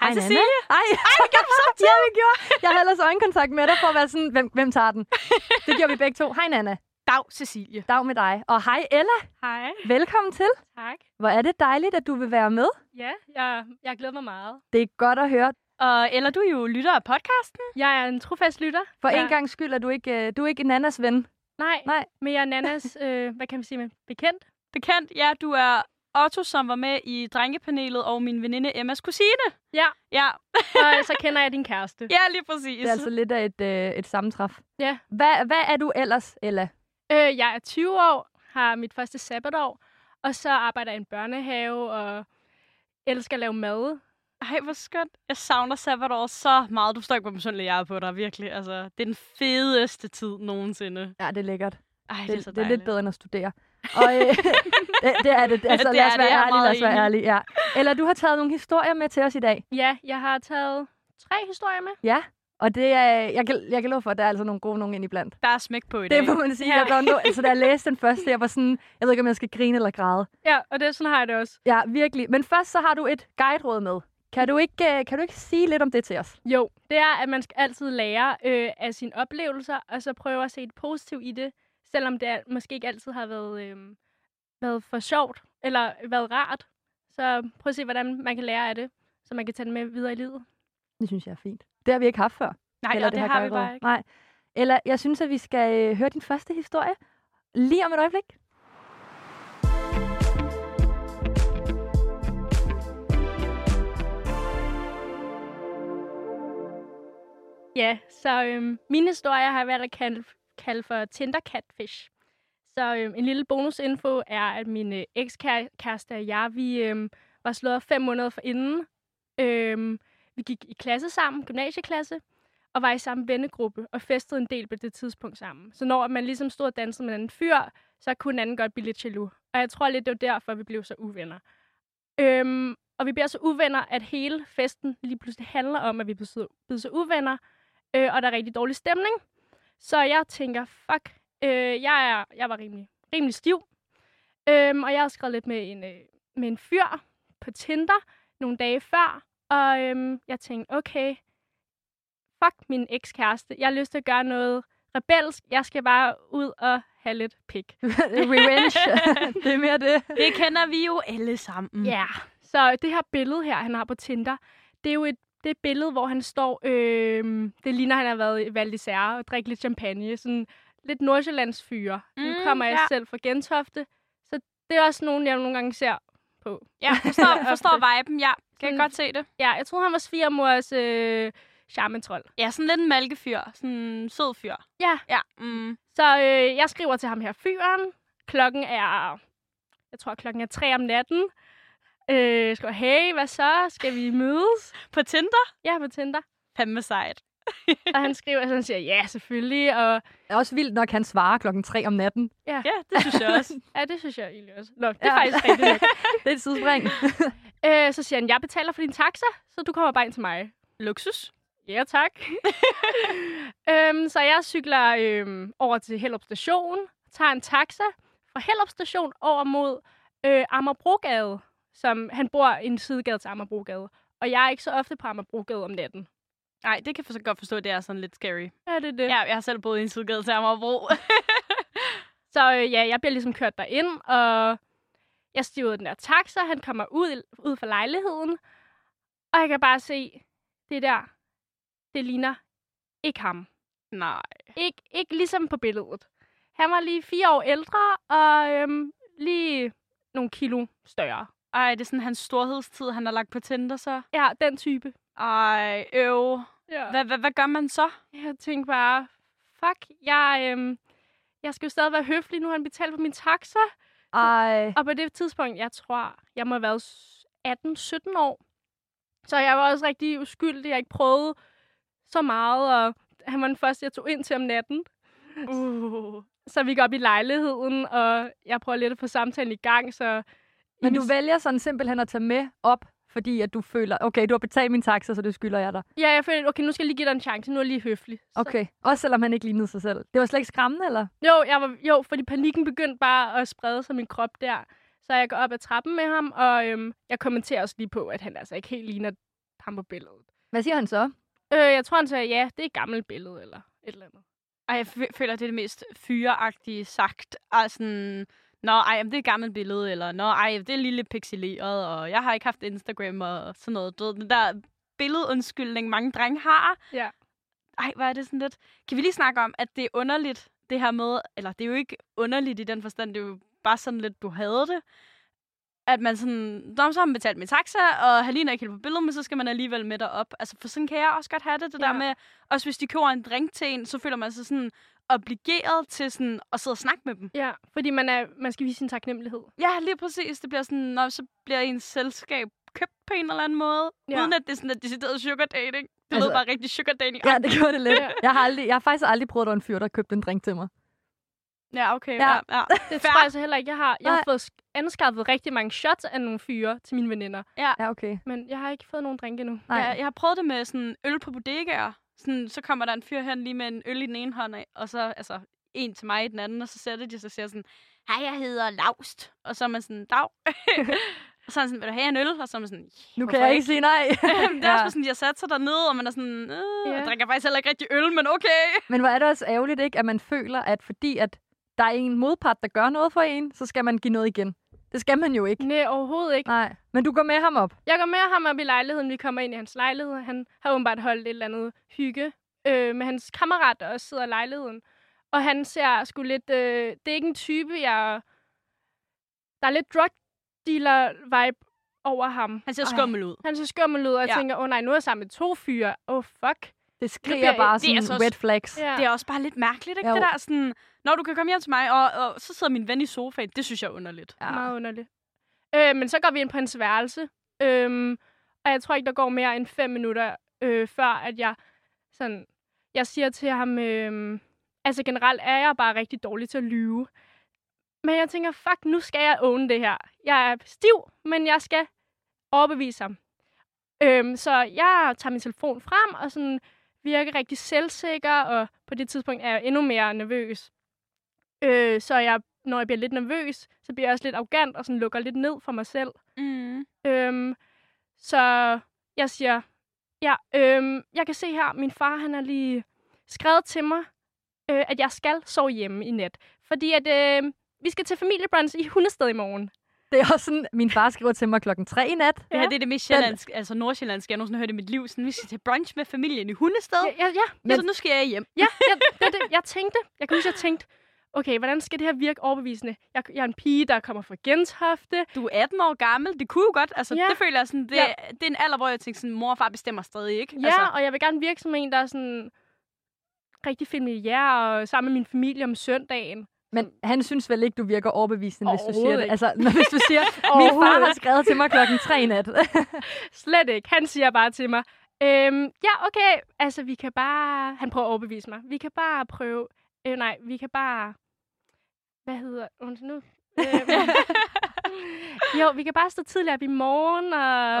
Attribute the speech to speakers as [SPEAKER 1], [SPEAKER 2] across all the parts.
[SPEAKER 1] Hej, Cecilie.
[SPEAKER 2] Ej, Ej vi gjorde det Ja, vi gjorde. Jeg havde ellers øjenkontakt med dig for at være sådan, hvem, hvem tager den? Det gjorde vi begge to. Hej, Nana.
[SPEAKER 1] Dag, Cecilie.
[SPEAKER 2] Dag med dig. Og hej, Ella.
[SPEAKER 3] Hej.
[SPEAKER 2] Velkommen til.
[SPEAKER 3] Tak.
[SPEAKER 2] Hvor er det dejligt, at du vil være med.
[SPEAKER 3] Ja, jeg, jeg glæder mig meget.
[SPEAKER 2] Det er godt at høre.
[SPEAKER 1] Og eller du er jo lytter af podcasten.
[SPEAKER 3] Jeg er en trofast lytter.
[SPEAKER 2] For ja.
[SPEAKER 3] Ja.
[SPEAKER 2] en gang skyld er du ikke, øh, du er ikke Nannas ven.
[SPEAKER 3] Nej,
[SPEAKER 2] Nej.
[SPEAKER 3] men jeg er Nannas, øh, hvad kan man sige med, bekendt.
[SPEAKER 1] Bekendt, ja, du er Otto, som var med i drengepanelet, og min veninde Emmas kusine.
[SPEAKER 3] Ja.
[SPEAKER 1] Ja,
[SPEAKER 3] Og så kender jeg din kæreste.
[SPEAKER 1] ja lige præcis.
[SPEAKER 2] Det er altså lidt af et, øh, et sammentræf.
[SPEAKER 3] Ja.
[SPEAKER 2] Hvad, hvad er du ellers, Ella?
[SPEAKER 3] Øh, jeg er 20 år, har mit første sabbatår, og så arbejder jeg i en børnehave og elsker at lave mad.
[SPEAKER 1] Ej, hvor skønt. Jeg savner sabbatår så meget. Du står ikke på personlig jeg er på dig, virkelig. Altså, det er den fedeste tid nogensinde.
[SPEAKER 2] Ja, det er lækkert. Det,
[SPEAKER 1] Ej, det, er
[SPEAKER 2] det,
[SPEAKER 1] så
[SPEAKER 2] det, det er lidt
[SPEAKER 1] dejligt.
[SPEAKER 2] bedre end at studere. Og, øh, det, det er det. Altså,
[SPEAKER 1] det
[SPEAKER 2] lad
[SPEAKER 1] er
[SPEAKER 2] os
[SPEAKER 1] det. Jeg
[SPEAKER 2] være
[SPEAKER 1] er
[SPEAKER 2] ærlige, lad os
[SPEAKER 1] meget
[SPEAKER 2] være ærlige. Ja. Eller du har taget nogle historier med til os i dag.
[SPEAKER 3] Ja, jeg har taget tre historier med.
[SPEAKER 2] Ja, og det er, jeg kan, jeg kan love for, at der er altså nogle gode nogen ind iblandt.
[SPEAKER 1] Der er smæk på i dag.
[SPEAKER 2] Det må man sige.
[SPEAKER 3] Ja.
[SPEAKER 2] Jeg blev nu, altså, da jeg læste den første, jeg var sådan, jeg ved ikke, om jeg skal grine eller græde.
[SPEAKER 3] Ja, og det sådan har jeg det også.
[SPEAKER 2] Ja, virkelig. Men først så har du et guideråd med. Kan du ikke, øh, kan du ikke sige lidt om det til os?
[SPEAKER 3] Jo, det er, at man skal altid lære øh, af sine oplevelser, og så prøve at se et positivt i det, selvom det al- måske ikke altid har været, øh, været for sjovt, eller været rart. Så prøv at se, hvordan man kan lære af det, så man kan tage det med videre i livet.
[SPEAKER 2] Det synes jeg er fint. Det har vi ikke haft før.
[SPEAKER 1] Nej,
[SPEAKER 2] eller
[SPEAKER 1] og det, det
[SPEAKER 2] her
[SPEAKER 1] har vi
[SPEAKER 2] guideråd.
[SPEAKER 1] bare ikke.
[SPEAKER 2] Nej. Eller jeg synes, at vi skal øh, høre din første historie lige om et øjeblik.
[SPEAKER 3] Ja, så øhm, mine historier har jeg valgt at kalde, kalde for Tinder Catfish. Så øhm, en lille bonusinfo er, at min øh, ekskæreste og jeg, vi øhm, var slået op fem måneder forinden. Øhm, vi gik i klasse sammen, gymnasieklasse, og var i samme vennegruppe, og festede en del på det tidspunkt sammen. Så når man ligesom stod og dansede med en anden fyr, så kunne en anden godt blive lidt jaloux. Og jeg tror lidt, det var derfor, vi blev så uvenner. Øhm, og vi bliver så uvenner, at hele festen lige pludselig handler om, at vi er blevet så- blevet så uvenner, øh, og der er rigtig dårlig stemning. Så jeg tænker, fuck, øh, jeg, er, jeg var rimelig, rimelig stiv. Øhm, og jeg har skrevet lidt med en, øh, med en fyr på Tinder nogle dage før. Og øhm, jeg tænkte, okay, fuck min ekskæreste. Jeg har lyst til at gøre noget rebelsk. Jeg skal bare ud og have lidt pik.
[SPEAKER 2] Revenge. det er mere det.
[SPEAKER 1] Det kender vi jo alle sammen.
[SPEAKER 3] Ja, så det her billede her, han har på Tinder, det er jo et, det er et billede, hvor han står, øh, det ligner, han har været i Val d'Isère og drikker lidt champagne. Sådan lidt Nordsjællands fyre. Mm, nu
[SPEAKER 1] Mm,
[SPEAKER 3] kommer jeg
[SPEAKER 1] ja.
[SPEAKER 3] selv fra Gentofte, så det er også nogen, jeg nogle gange ser på.
[SPEAKER 1] Ja, forstår, forstår viben, ja. Kan jeg
[SPEAKER 3] Sådan-
[SPEAKER 1] godt se det.
[SPEAKER 3] Ja, jeg tror, han var svigermors øh, charmetrol.
[SPEAKER 1] Ja, sådan lidt en malkefyr. Sådan en sød fyr.
[SPEAKER 3] Ja.
[SPEAKER 1] Ja, mm.
[SPEAKER 3] Så øh, jeg skriver til ham her fyren. Klokken er, jeg tror, klokken er tre om natten. Øh, jeg skriver, hey, hvad så? Skal vi mødes?
[SPEAKER 1] På Tinder?
[SPEAKER 3] Ja, på Tinder.
[SPEAKER 1] Fandme sejt.
[SPEAKER 3] Og han skriver, så han siger, ja, selvfølgelig. Og
[SPEAKER 2] Det er også vildt nok, at han svarer klokken 3 om natten.
[SPEAKER 1] Ja, det synes jeg også.
[SPEAKER 3] ja, det synes jeg egentlig også. Nå, det er
[SPEAKER 2] Ja.
[SPEAKER 3] ja. faktisk rigtigt nok.
[SPEAKER 2] Det er et sidespring.
[SPEAKER 3] Øh, så siger han, jeg betaler for din taxa, så du kommer bare ind til mig.
[SPEAKER 1] Luksus.
[SPEAKER 3] Ja, tak. øhm, så jeg cykler øhm, over til Hellup station, tager en taxa fra Hellup station over mod øh, Amagerbrogade, som han bor i en sidegade til Amagerbrogade. Og jeg er ikke så ofte på Amagerbrogade om natten.
[SPEAKER 1] Nej, det kan jeg så godt forstå, det er sådan lidt scary.
[SPEAKER 3] Ja, det er det.
[SPEAKER 1] Ja, jeg har selv boet i en sidegade til Amagerbro.
[SPEAKER 3] Så øh, ja, jeg bliver ligesom kørt derind, og jeg stiger ud af den der taxa, han kommer ud, ud fra lejligheden, og jeg kan bare se, det der, det ligner ikke ham.
[SPEAKER 1] Nej.
[SPEAKER 3] Ikke, ikke ligesom på billedet. Han var lige fire år ældre, og øhm, lige nogle kilo større.
[SPEAKER 1] Ej, det er sådan hans storhedstid, han har lagt på Tinder så.
[SPEAKER 3] Ja, den type.
[SPEAKER 1] Ej, øv.
[SPEAKER 3] Ja.
[SPEAKER 1] Hvad, hvad, hvad gør man så?
[SPEAKER 3] Jeg tænkte bare, fuck, jeg, øhm, jeg skal jo stadig være høflig, nu har han betalt for min taxa.
[SPEAKER 2] Ej.
[SPEAKER 3] Og på det tidspunkt, jeg tror, jeg må have været s- 18-17 år. Så jeg var også rigtig uskyldig. Jeg ikke prøvede så meget, og han var den første, jeg tog ind til om natten.
[SPEAKER 1] Uh.
[SPEAKER 3] Så vi går op i lejligheden, og jeg prøver lidt at få samtalen i gang, så...
[SPEAKER 2] Men du
[SPEAKER 3] Jamen,
[SPEAKER 2] vælger sådan simpelthen at tage med op, fordi at du føler, okay, du har betalt min taxa, så det skylder jeg dig.
[SPEAKER 3] Ja, jeg følte, okay, nu skal jeg lige give dig en chance. Nu er jeg lige høflig. Så-
[SPEAKER 2] Okay. Også selvom han ikke lignede sig selv. Det var slet ikke skræmmende, eller?
[SPEAKER 3] Jo, jeg var, jo, fordi panikken begyndte bare at sprede sig i min krop der. Så jeg går op ad trappen med ham, og øhm, jeg kommenterer også lige på, at han altså ikke helt ligner ham på billedet.
[SPEAKER 2] Hvad siger han så?
[SPEAKER 3] Øh, jeg tror, han sagde, ja, det er et gammelt billede eller et eller andet.
[SPEAKER 1] Ej, jeg fø- føler, det er det mest fyreagtige sagt. Altså, sådan, nå, ej, jamen, det er et gammelt billede, eller nå, ej, det er lige lidt pixeleret, og jeg har ikke haft Instagram og sådan noget. Du ved, den der billedundskyldning, mange drenge har.
[SPEAKER 3] Ja.
[SPEAKER 1] Ej, hvor er det sådan lidt... Kan vi lige snakke om, at det er underligt, det her med... Eller det er jo ikke underligt i den forstand, det er jo bare sådan lidt, du havde det. At man sådan... Nå, så har man betalt med taxa, og Halina er ikke helt på billedet, men så skal man alligevel med derop. Altså, for sådan kan jeg også godt have det, det ja.
[SPEAKER 3] Ja.
[SPEAKER 1] der med... Også hvis de køber en drink til en, så føler man sig sådan obligeret til sådan at sidde og snakke med dem.
[SPEAKER 3] Ja, fordi man, er, man skal vise sin taknemmelighed.
[SPEAKER 1] Ja, lige præcis. Det bliver sådan, når så bliver ens selskab købt på en eller anden måde. Ja.
[SPEAKER 3] Ja.
[SPEAKER 1] Uden at det er sådan et decideret sugar dating. Det altså,
[SPEAKER 2] Altså-
[SPEAKER 1] lød bare rigtig sugar dating.
[SPEAKER 2] Ja, det gjorde det lidt.
[SPEAKER 3] Ja.
[SPEAKER 2] Jeg har, aldrig, jeg har faktisk aldrig prøvet, at der var en fyr, der købte en drink til mig.
[SPEAKER 1] ja okay.
[SPEAKER 2] Ja.
[SPEAKER 1] Ja. Ja,
[SPEAKER 3] Det
[SPEAKER 1] Fair.
[SPEAKER 3] tror jeg så heller ikke. Jeg har, jeg har
[SPEAKER 2] Nej.
[SPEAKER 3] fået sk- anskaffet rigtig mange shots af nogle fyre til mine veninder.
[SPEAKER 2] Ja, okay.
[SPEAKER 3] Men jeg har ikke fået nogen drink endnu.
[SPEAKER 1] ja.
[SPEAKER 2] Nej.
[SPEAKER 1] Jeg, jeg har prøvet det med sådan øl på bodegaer. Sådan, så kommer der en fyr hen lige med en øl i den ene hånd, og- og så altså, en til mig i den anden, og så sætter de sig og siger sådan, hej, jeg hedder Laust. Og så er man sådan, dag. og så er han sådan, vil du have en øl? Og så er man sådan,
[SPEAKER 2] Nu
[SPEAKER 1] Hvorfor
[SPEAKER 2] kan jeg
[SPEAKER 1] ikke?
[SPEAKER 2] ikke sige nej.
[SPEAKER 1] Jamen, det er ja. også bare sådan, jeg satte sig dernede, og man er sådan, øh, jeg
[SPEAKER 3] Ja.
[SPEAKER 1] drikker faktisk heller ikke rigtig øl, men okay.
[SPEAKER 2] Men hvor er det også ærgerligt, ikke, at man føler, at fordi at der er en modpart, der gør noget for en, så skal man give noget igen. Det skal man jo ikke.
[SPEAKER 3] Nej, overhovedet ikke.
[SPEAKER 2] Nej. Men du går med ham op.
[SPEAKER 3] Jeg går med ham op i lejligheden. Vi kommer ind i hans lejlighed. Han har åbenbart holdt et eller andet hygge øh, med hans kammerat, der også sidder i lejligheden. Og han ser sgu lidt... Øh, det er ikke en type, jeg... Der er lidt drug dealer-vibe over ham.
[SPEAKER 1] Han ser
[SPEAKER 2] Ej.
[SPEAKER 1] skummel ud.
[SPEAKER 3] Han ser skummel ud, og jeg
[SPEAKER 1] Ja.
[SPEAKER 3] ja. tænker, åh oh, nej, nu er jeg sammen med to fyre. Åh, oh, fuck.
[SPEAKER 2] Det
[SPEAKER 1] bliver-
[SPEAKER 2] skriger
[SPEAKER 1] det
[SPEAKER 2] bare
[SPEAKER 1] er
[SPEAKER 2] sådan
[SPEAKER 1] altså også-
[SPEAKER 2] red flags.
[SPEAKER 3] Ja.
[SPEAKER 1] Det er også bare lidt mærkeligt, ikke?
[SPEAKER 2] Jo.
[SPEAKER 1] Det der sådan, når du kan komme hjem til mig, og, og så sidder min ven i sofaen, det synes jeg er underligt.
[SPEAKER 3] Ja. Meget underligt. Øh, men så går vi ind på hans værelse, øhm, og jeg tror ikke, der går mere end fem minutter, øh, før at jeg, sådan, jeg siger til ham, øhm, altså generelt er jeg bare rigtig dårlig til at lyve. Men jeg tænker, fuck, nu skal jeg own det her. Jeg er stiv, men jeg skal overbevise ham. Øhm, så jeg tager min telefon frem og sådan virker rigtig selvsikker, og på det tidspunkt er jeg endnu mere nervøs. Øh, så jeg, når jeg bliver lidt nervøs, så bliver jeg også lidt arrogant og sådan lukker lidt ned for mig selv.
[SPEAKER 1] Mm.
[SPEAKER 3] Øhm, så jeg siger, ja, øhm, jeg kan se her, min far han har lige skrevet til mig, øh, at jeg skal sove hjemme i nat. Fordi at øh, vi skal til familiebrunch i Hundested i morgen.
[SPEAKER 2] Det er også sådan, min far skriver til mig klokken 3 i nat.
[SPEAKER 1] Det her
[SPEAKER 3] Ja.
[SPEAKER 1] det er det mest sjællandske, altså nordsjællandske, jeg nogensinde har hørt i mit liv. Sådan, vi skal til brunch med familien i Hundested.
[SPEAKER 3] Ja, ja, ja,
[SPEAKER 1] Men... Så nu skal jeg hjem.
[SPEAKER 3] ja jeg, det, var det, jeg tænkte, jeg kan huske, jeg tænkte, okay, hvordan skal det her virke overbevisende? Jeg, jeg er en pige, der kommer fra Gentofte.
[SPEAKER 1] Du er 18 år gammel, det kunne jo godt. Altså, ja.
[SPEAKER 3] Ja.
[SPEAKER 1] det føler jeg sådan, det, ja.
[SPEAKER 3] Ja.
[SPEAKER 1] det er en alder, hvor jeg tænker sådan, mor og far bestemmer stadig, ikke?
[SPEAKER 3] Ja,
[SPEAKER 1] Altså,
[SPEAKER 3] altså. og jeg vil gerne virke som en, der er sådan rigtig familiær og sammen med min familie om søndagen.
[SPEAKER 2] Men han synes vel ikke, du virker overbevisende, hvis du siger
[SPEAKER 3] Overhovedet
[SPEAKER 2] det.
[SPEAKER 3] ikke.
[SPEAKER 2] Altså, når, hvis du siger, min far har skrevet til mig klokken 3 i nat.
[SPEAKER 3] Slet ikke. Han siger bare til mig, øhm, ja, okay, altså vi kan bare... Han prøver at overbevise mig. Vi kan bare prøve... Øh, nej, vi kan bare... Hvad hedder... Undskyld nu. Øhm, jo, vi kan bare stå tidligere op i morgen, og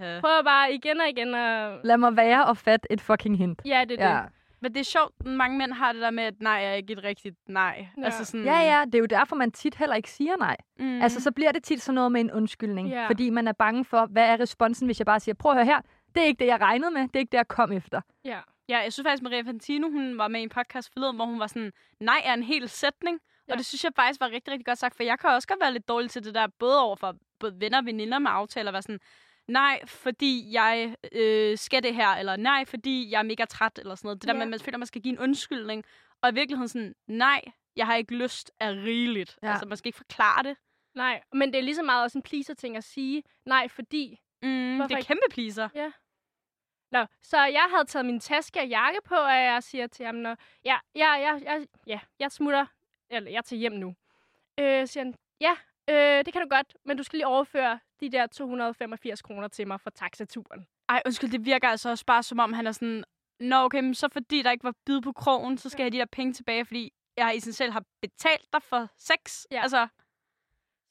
[SPEAKER 1] Åh, ja.
[SPEAKER 3] prøver bare igen og igen, og...
[SPEAKER 2] Lad mig være og fat et fucking hint.
[SPEAKER 3] Ja, det er ja.
[SPEAKER 2] Ja.
[SPEAKER 3] det.
[SPEAKER 1] Men det er sjovt, mange mænd har det der med, at nej er ikke et rigtigt nej.
[SPEAKER 3] Ja.
[SPEAKER 1] Altså sådan,
[SPEAKER 2] ja, ja, det er jo derfor, man tit heller ikke siger nej.
[SPEAKER 1] Mm.
[SPEAKER 2] Mm. Altså, så bliver det tit sådan noget med en undskyldning.
[SPEAKER 3] Ja.
[SPEAKER 2] Fordi man er bange for, hvad er responsen, hvis jeg bare siger, prøv at høre her, det er ikke det, jeg regnede med, det er ikke det, jeg kom efter.
[SPEAKER 3] Ja.
[SPEAKER 1] ja, jeg synes faktisk, Maria Fantino, hun var med i en podcast forleden, hvor hun var sådan, nej er en hel sætning. Ja.
[SPEAKER 3] Ja.
[SPEAKER 1] Og det synes jeg faktisk var rigtig, rigtig godt sagt, for jeg kan også godt være lidt dårlig til det der, både over for både venner og veninder med aftaler, var sådan, nej, fordi jeg øh, skal det her, eller nej, fordi jeg er mega træt, eller sådan noget. Det der
[SPEAKER 3] Ja.
[SPEAKER 1] med, at man føler, at man skal give en undskyldning, og i virkeligheden sådan, nej, jeg har ikke lyst er rigeligt. Ja.
[SPEAKER 2] Ja.
[SPEAKER 1] Altså, man skal ikke forklare det.
[SPEAKER 3] Nej, men det er lige så meget også en pleaser-ting at sige. Nej, fordi...
[SPEAKER 1] Mm, det
[SPEAKER 3] Hvorfor
[SPEAKER 1] er
[SPEAKER 3] ikke?
[SPEAKER 1] kæmpe pleaser.
[SPEAKER 3] Nå, så jeg havde taget min taske og jakke på, og jeg siger til ham, når, ja, ja, ja, ja, ja, jeg smutter, eller jeg tager hjem nu. Øh, siger han, ja, øh, det kan du godt, men du skal lige overføre de der 285 kroner til mig for taxaturen.
[SPEAKER 1] Ej, undskyld, det virker altså også bare som om, han er sådan, Nå, okay, men så fordi der ikke var bid på krogen, så skal jeg have de der penge tilbage, fordi jeg essentielt har betalt dig for sex. Ja.
[SPEAKER 3] Ja.
[SPEAKER 1] Altså,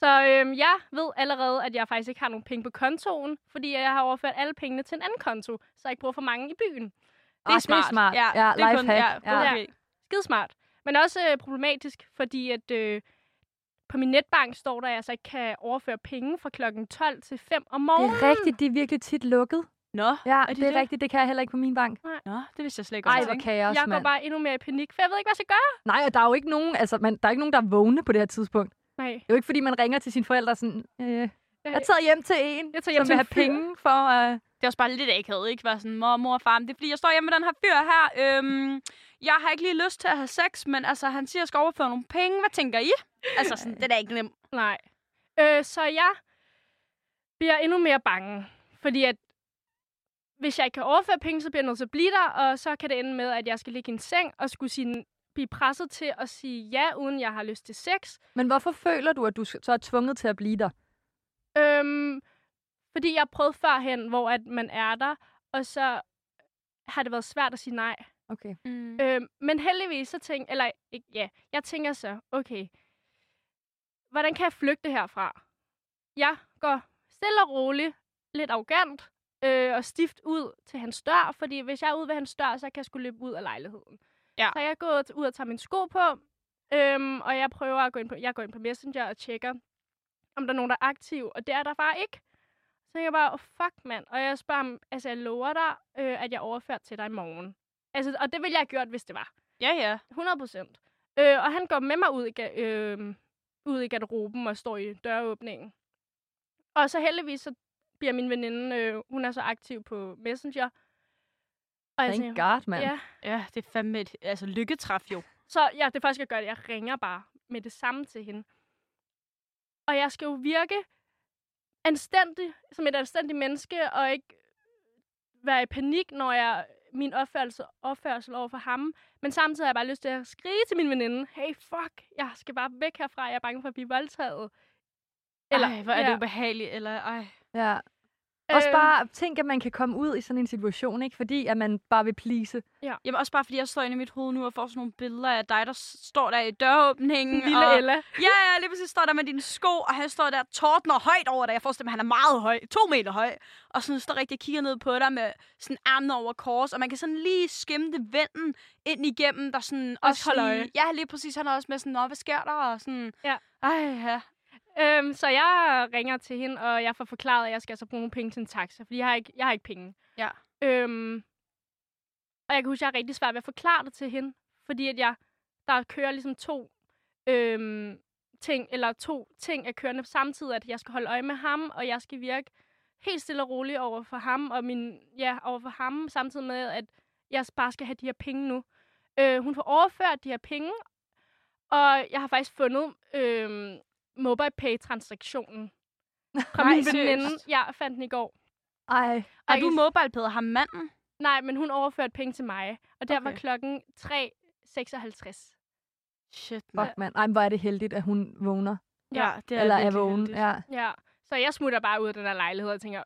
[SPEAKER 3] Så øh, jeg ved allerede, at jeg faktisk ikke har nogen penge på kontoen, fordi jeg har overført alle pengene til en anden konto, så jeg ikke bruger for mange i byen.
[SPEAKER 1] det er smart.
[SPEAKER 2] Det er smart. Ja, ja
[SPEAKER 1] det er kun,
[SPEAKER 2] lifehack.
[SPEAKER 1] ja,
[SPEAKER 2] ja.
[SPEAKER 1] ja.
[SPEAKER 3] Ja. skidesmart. Men også øh, problematisk, fordi at øh, på min netbank står der, at jeg altså ikke kan overføre penge fra klokken 12 til 5 om
[SPEAKER 2] Det
[SPEAKER 3] morgenen.
[SPEAKER 2] er rigtigt, det er virkelig tit lukket.
[SPEAKER 1] Nå,
[SPEAKER 2] Ja,
[SPEAKER 1] de
[SPEAKER 2] det, det er
[SPEAKER 1] det?
[SPEAKER 2] rigtigt. Det kan jeg heller ikke på min bank.
[SPEAKER 1] nå, det vidste jeg slet ikke.
[SPEAKER 2] Ej,
[SPEAKER 1] også,
[SPEAKER 2] hvor
[SPEAKER 1] ikke?
[SPEAKER 2] kan jeg også,
[SPEAKER 3] Jeg går
[SPEAKER 2] mand.
[SPEAKER 3] bare endnu mere i panik, for jeg ved ikke, hvad jeg skal gøre.
[SPEAKER 2] Nej, og der er jo ikke nogen, altså, man, der er ikke nogen, der er vågne på det her tidspunkt.
[SPEAKER 3] Nej.
[SPEAKER 2] Det er jo ikke, fordi man ringer til sine forældre og sådan, øh, jeg tager hjem til en,
[SPEAKER 3] Jeg tager hjem
[SPEAKER 2] som vil
[SPEAKER 3] til en
[SPEAKER 2] have
[SPEAKER 3] fyr."
[SPEAKER 2] penge for... Øh,
[SPEAKER 1] Det er også bare lidt akavet, ikke? Være sådan, mor, mor, far, men det er fordi, jeg står hjemme med den her fyr her. Øhm, jeg har ikke lige lyst til at have sex, men altså, han siger, at jeg skal overføre nogle penge. Hvad tænker I? Altså, sådan, det er da ikke nemt.
[SPEAKER 3] Nej. Øh, så jeg bliver endnu mere bange, fordi at hvis jeg ikke kan overføre penge, så bliver jeg nødt til at blive der, og så kan det ende med, at jeg skal ligge i en seng og skulle sige, blive presset til at sige ja, uden jeg har lyst til sex.
[SPEAKER 2] men hvorfor føler du, at du så er tvunget til at blive der?
[SPEAKER 3] Øhm, fordi jeg prøvede førhen, hvor at man er der, og så har det været svært at sige nej.
[SPEAKER 2] Okay.
[SPEAKER 1] Mm.
[SPEAKER 3] Øhm, men heldigvis så tænker, eller ikke, ja, jeg tænker så, okay, hvordan kan jeg flygte herfra? Jeg går stille og roligt, lidt arrogant øh, og stift ud til hans dør, fordi hvis jeg er ude ved hans dør, så kan jeg skulle løbe ud af lejligheden.
[SPEAKER 1] Ja.
[SPEAKER 3] Så jeg går ud og tager mine sko på, øhm, og jeg prøver at gå ind på, jeg går ind på Messenger og tjekker, om der er nogen, der er aktiv, og det er der bare ikke. Så tænker jeg bare, oh, fuck mand, og jeg spørger ham, altså jeg lover dig, øh, at jeg overfører til dig i morgen. Altså, og det ville jeg have gjort, hvis det var.
[SPEAKER 1] Ja, ja.
[SPEAKER 3] 100 procent. Øh, og han går med mig ud i, ga- øh, ud i garderoben og står i døråbningen. Og så heldigvis så bliver min veninde, øh, hun er så aktiv på Messenger. Og
[SPEAKER 2] Thank God, mand.
[SPEAKER 3] Altså, ja.
[SPEAKER 1] Ja, det er fandme et altså, lykketræf, jo.
[SPEAKER 3] Så ja, det første, jeg gør, det er, at jeg ringer bare med det samme til hende. Og jeg skal jo virke anstændig, som et anstændigt menneske, og ikke være i panik, når jeg min opførsel, opførsel over for ham. Men samtidig har jeg bare lyst til at skrige til min veninde, hey fuck, jeg skal bare væk herfra, jeg er bange for at blive voldtaget.
[SPEAKER 1] Eller, ej, hvor er ja. det
[SPEAKER 3] ja,
[SPEAKER 1] ubehageligt, eller ej.
[SPEAKER 2] ja. Også
[SPEAKER 3] øh,
[SPEAKER 2] bare tænk, at man kan komme ud i sådan en situation, ikke? Fordi at man bare vil please.
[SPEAKER 1] Jamen, også bare fordi jeg står inde i mit hoved nu og får sådan nogle billeder af dig, der s- står der i døråbningen.
[SPEAKER 3] Lille
[SPEAKER 1] og...
[SPEAKER 3] Ella.
[SPEAKER 1] Ja, ja, lige præcis står der med dine sko, og han står der tordner højt over dig. Jeg forestiller mig, at han er meget høj, to meter høj. Og sådan står rigtig og kigger ned på dig med sådan armene over kors, og man kan sådan lige skimte vinden ind igennem, der sådan
[SPEAKER 3] Og
[SPEAKER 1] også
[SPEAKER 3] holder øje.
[SPEAKER 1] lige, Ja, lige præcis. Han er også med sådan, nå, hvad sker der? Og sådan,
[SPEAKER 3] Ja.
[SPEAKER 1] Ej, ja.
[SPEAKER 3] Øhm, så jeg ringer til hende, og jeg får forklaret, at jeg skal altså bruge nogle penge til en taxa, fordi jeg har ikke, jeg har ikke penge.
[SPEAKER 1] Ja.
[SPEAKER 3] Øhm, og jeg kan huske, at jeg har rigtig svært ved at forklare det til hende, fordi at jeg, der kører ligesom to øhm, ting, eller to ting er kørende samtidig, at jeg skal holde øje med ham, og jeg skal virke helt stille og roligt over for ham, og min, ja, over for ham, samtidig med, at jeg bare skal have de her penge nu. Øh, hun får overført de her penge, og jeg har faktisk fundet øh, MobilePay-transaktionen fra
[SPEAKER 1] Nej,
[SPEAKER 3] min
[SPEAKER 1] seriøst?
[SPEAKER 3] veninde. Jeg fandt den i går.
[SPEAKER 2] Ej,
[SPEAKER 3] Og
[SPEAKER 1] Har
[SPEAKER 3] jeg
[SPEAKER 1] du
[SPEAKER 3] kan-
[SPEAKER 1] mobilepæder ham manden?
[SPEAKER 3] Nej, men hun overførte penge til mig, og der var
[SPEAKER 1] Okay.
[SPEAKER 3] klokken 3.56.
[SPEAKER 1] Shit,
[SPEAKER 2] fuck,
[SPEAKER 1] mand.
[SPEAKER 2] mand. Ej, men hvor er det heldigt, at hun vågner.
[SPEAKER 1] Ja, det er
[SPEAKER 2] eller er
[SPEAKER 1] virkelig
[SPEAKER 2] vågen.
[SPEAKER 1] heldigt.
[SPEAKER 2] Ja.
[SPEAKER 3] Ja, så jeg smutter bare ud af den der lejlighed og tænker,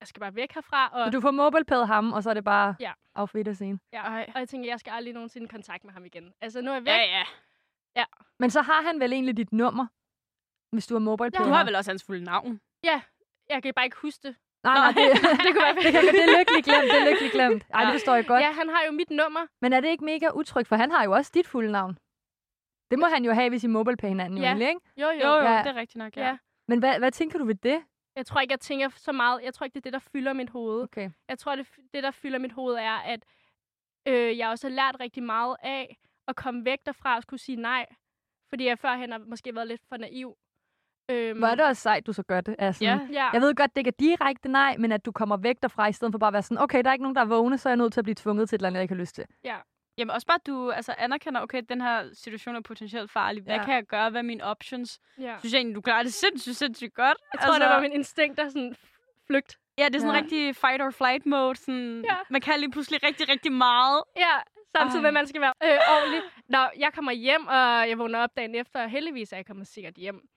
[SPEAKER 3] jeg skal bare væk herfra,
[SPEAKER 2] Så
[SPEAKER 3] og,
[SPEAKER 2] du får mobilepædet ham, og så er det bare
[SPEAKER 3] Ja.
[SPEAKER 2] auf Wiedersehen.
[SPEAKER 3] ja,
[SPEAKER 1] Ej.
[SPEAKER 3] og jeg tænker, jeg skal aldrig nogensinde i kontakt med ham igen. Altså, nu er jeg væk.
[SPEAKER 1] Ja, ja.
[SPEAKER 2] Men så har han vel egentlig dit nummer, hvis du har mobilepædet
[SPEAKER 3] Ja.
[SPEAKER 1] Du
[SPEAKER 2] ham.
[SPEAKER 1] har vel også hans fulde navn?
[SPEAKER 3] Jeg kan bare ikke huske det.
[SPEAKER 2] Nej, nej, det,
[SPEAKER 3] det kunne være
[SPEAKER 2] det, kan, det er lykkeligt glemt, det er lykkeligt glemt. Ej, det
[SPEAKER 1] Ja.
[SPEAKER 2] forstår jeg godt.
[SPEAKER 3] Ja, han har jo mit nummer.
[SPEAKER 2] Men er det ikke mega utrygt, for han har jo også dit fulde navn. Det må han jo have, hvis I mobilepay hinanden jo
[SPEAKER 3] Ja.
[SPEAKER 2] egentlig, ikke?
[SPEAKER 3] Jo, jo.
[SPEAKER 1] Jo, jo,
[SPEAKER 2] Ja.
[SPEAKER 1] det er rigtigt nok, ja.
[SPEAKER 3] Ja.
[SPEAKER 2] Men hvad, hvad tænker du ved det?
[SPEAKER 3] Jeg tror ikke, jeg tænker så meget. Jeg tror ikke, det er det, der fylder mit hoved.
[SPEAKER 2] Okay.
[SPEAKER 3] Jeg tror, det, det der fylder mit hoved, er, at øh, jeg også har lært rigtig meget af at komme væk derfra og skulle sige nej. Fordi jeg førhen har måske været lidt for naiv. Øhm,
[SPEAKER 2] Hvor er det også sejt, du så gør det. Altså,
[SPEAKER 1] Mm. Ja.
[SPEAKER 3] Ja,
[SPEAKER 2] Jeg ved godt, det ikke er direkte nej, men at du kommer væk derfra, i stedet for bare at være sådan, okay, der er ikke nogen, der er vågne, så er jeg nødt til at blive tvunget til et eller andet, jeg ikke har lyst til.
[SPEAKER 1] Jamen også bare, at du altså, anerkender, okay, den her situation er potentielt farlig. Hvad
[SPEAKER 2] Ja.
[SPEAKER 1] ja. kan jeg gøre? Hvad er mine options?
[SPEAKER 3] ja.
[SPEAKER 1] synes jeg egentlig, du klarer det sindssygt, sindssygt godt.
[SPEAKER 3] Jeg tror, altså, det var min instinkt, der sådan flygt.
[SPEAKER 1] Ja, det er sådan
[SPEAKER 2] Ja.
[SPEAKER 1] ja. rigtig fight or flight mode. Sådan,
[SPEAKER 3] Ja.
[SPEAKER 1] ja. Man kan lige pludselig rigtig, rigtig meget.
[SPEAKER 3] Ja, samtidig med, at
[SPEAKER 1] Ej.
[SPEAKER 3] man skal være øh, ordentlig. Nå, jeg kommer hjem, og jeg vågner op dagen efter, og heldigvis er jeg kommet sikkert hjem.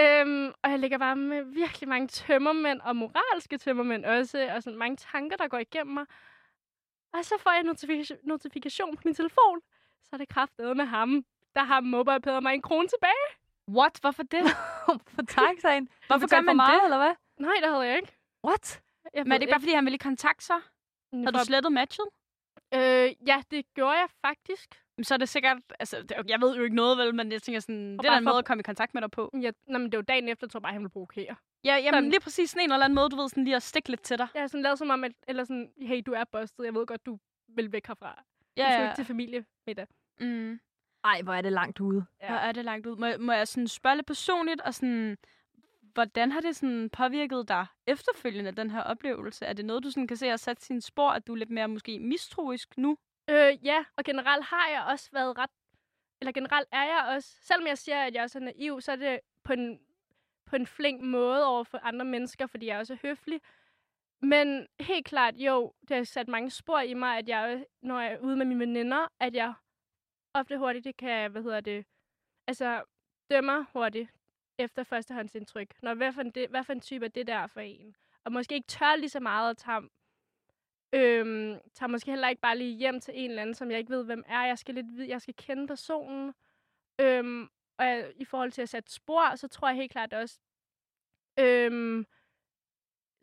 [SPEAKER 3] Øhm, og jeg ligger bare med virkelig mange tømmermænd, og moralske tømmermænd også, og sådan mange tanker, der går igennem mig. Og så får jeg en notifikation, notifikation på min telefon, så er det kraftedet med ham, der har mobilepæder mig en krone tilbage.
[SPEAKER 1] What? Hvorfor det?
[SPEAKER 2] for tak, sagde han. Du
[SPEAKER 1] Hvorfor gør
[SPEAKER 2] betalte for
[SPEAKER 1] man
[SPEAKER 2] meget,
[SPEAKER 1] det?
[SPEAKER 2] Eller hvad?
[SPEAKER 3] Nej, det havde jeg ikke.
[SPEAKER 2] What?
[SPEAKER 3] Jeg
[SPEAKER 1] Men er det ikke bare, fordi han ville i kontakt så?
[SPEAKER 3] bare...
[SPEAKER 1] Har du slettet matchet?
[SPEAKER 3] Øh, ja, det gjorde jeg faktisk.
[SPEAKER 1] Jamen, Så er det sikkert... Altså, det- jeg ved jo ikke noget, vel, men jeg tænker sådan...
[SPEAKER 3] Og
[SPEAKER 1] det er
[SPEAKER 3] bare
[SPEAKER 1] da en
[SPEAKER 3] for-
[SPEAKER 1] måde at komme i kontakt med dig på.
[SPEAKER 3] Jeg, nå, men det var dagen efter, tror jeg bare, han ville provokere.
[SPEAKER 1] Ja, jamen,
[SPEAKER 3] Sådan.
[SPEAKER 1] lige præcis sådan en eller anden måde, du ved, sådan lige at stikke lidt til dig.
[SPEAKER 3] Jeg har sådan lavet som om, at, eller sådan, hey, du er bustet. Jeg ved godt, du vil væk herfra. Ja,
[SPEAKER 1] Ja,
[SPEAKER 3] du skal
[SPEAKER 1] ja.
[SPEAKER 3] ikke til familie middag.
[SPEAKER 1] Mm.
[SPEAKER 2] Ej, hvor er det langt ude.
[SPEAKER 1] Ja. Hvor er det langt ud. Må, må jeg sådan spørge lidt personligt, og sådan, hvordan har det sådan påvirket dig efterfølgende, den her oplevelse? Er det noget, du sådan kan se har sat sine spor, at du er lidt mere måske mistroisk nu?
[SPEAKER 3] Øh, ja, og generelt har jeg også været ret... Eller generelt er jeg også... Selvom jeg siger, at jeg også er naiv, så er det på en, på en flink måde over for andre mennesker, fordi jeg også er høflig. Men helt klart, jo, det har sat mange spor i mig, at jeg, når jeg er ude med mine veninder, at jeg ofte hurtigt det kan, hvad hedder det, altså dømmer hurtigt efter førstehåndsindtryk. Når hvad for en, det, hvad for en type er det der for en? Og måske ikke tør lige så meget at tage øhm, tager måske heller ikke bare lige hjem til en eller anden, som jeg ikke ved, hvem er. Jeg skal lidt vide, jeg skal kende personen. Øhm, og jeg, i forhold til at sætte spor, så tror jeg helt klart også, øhm,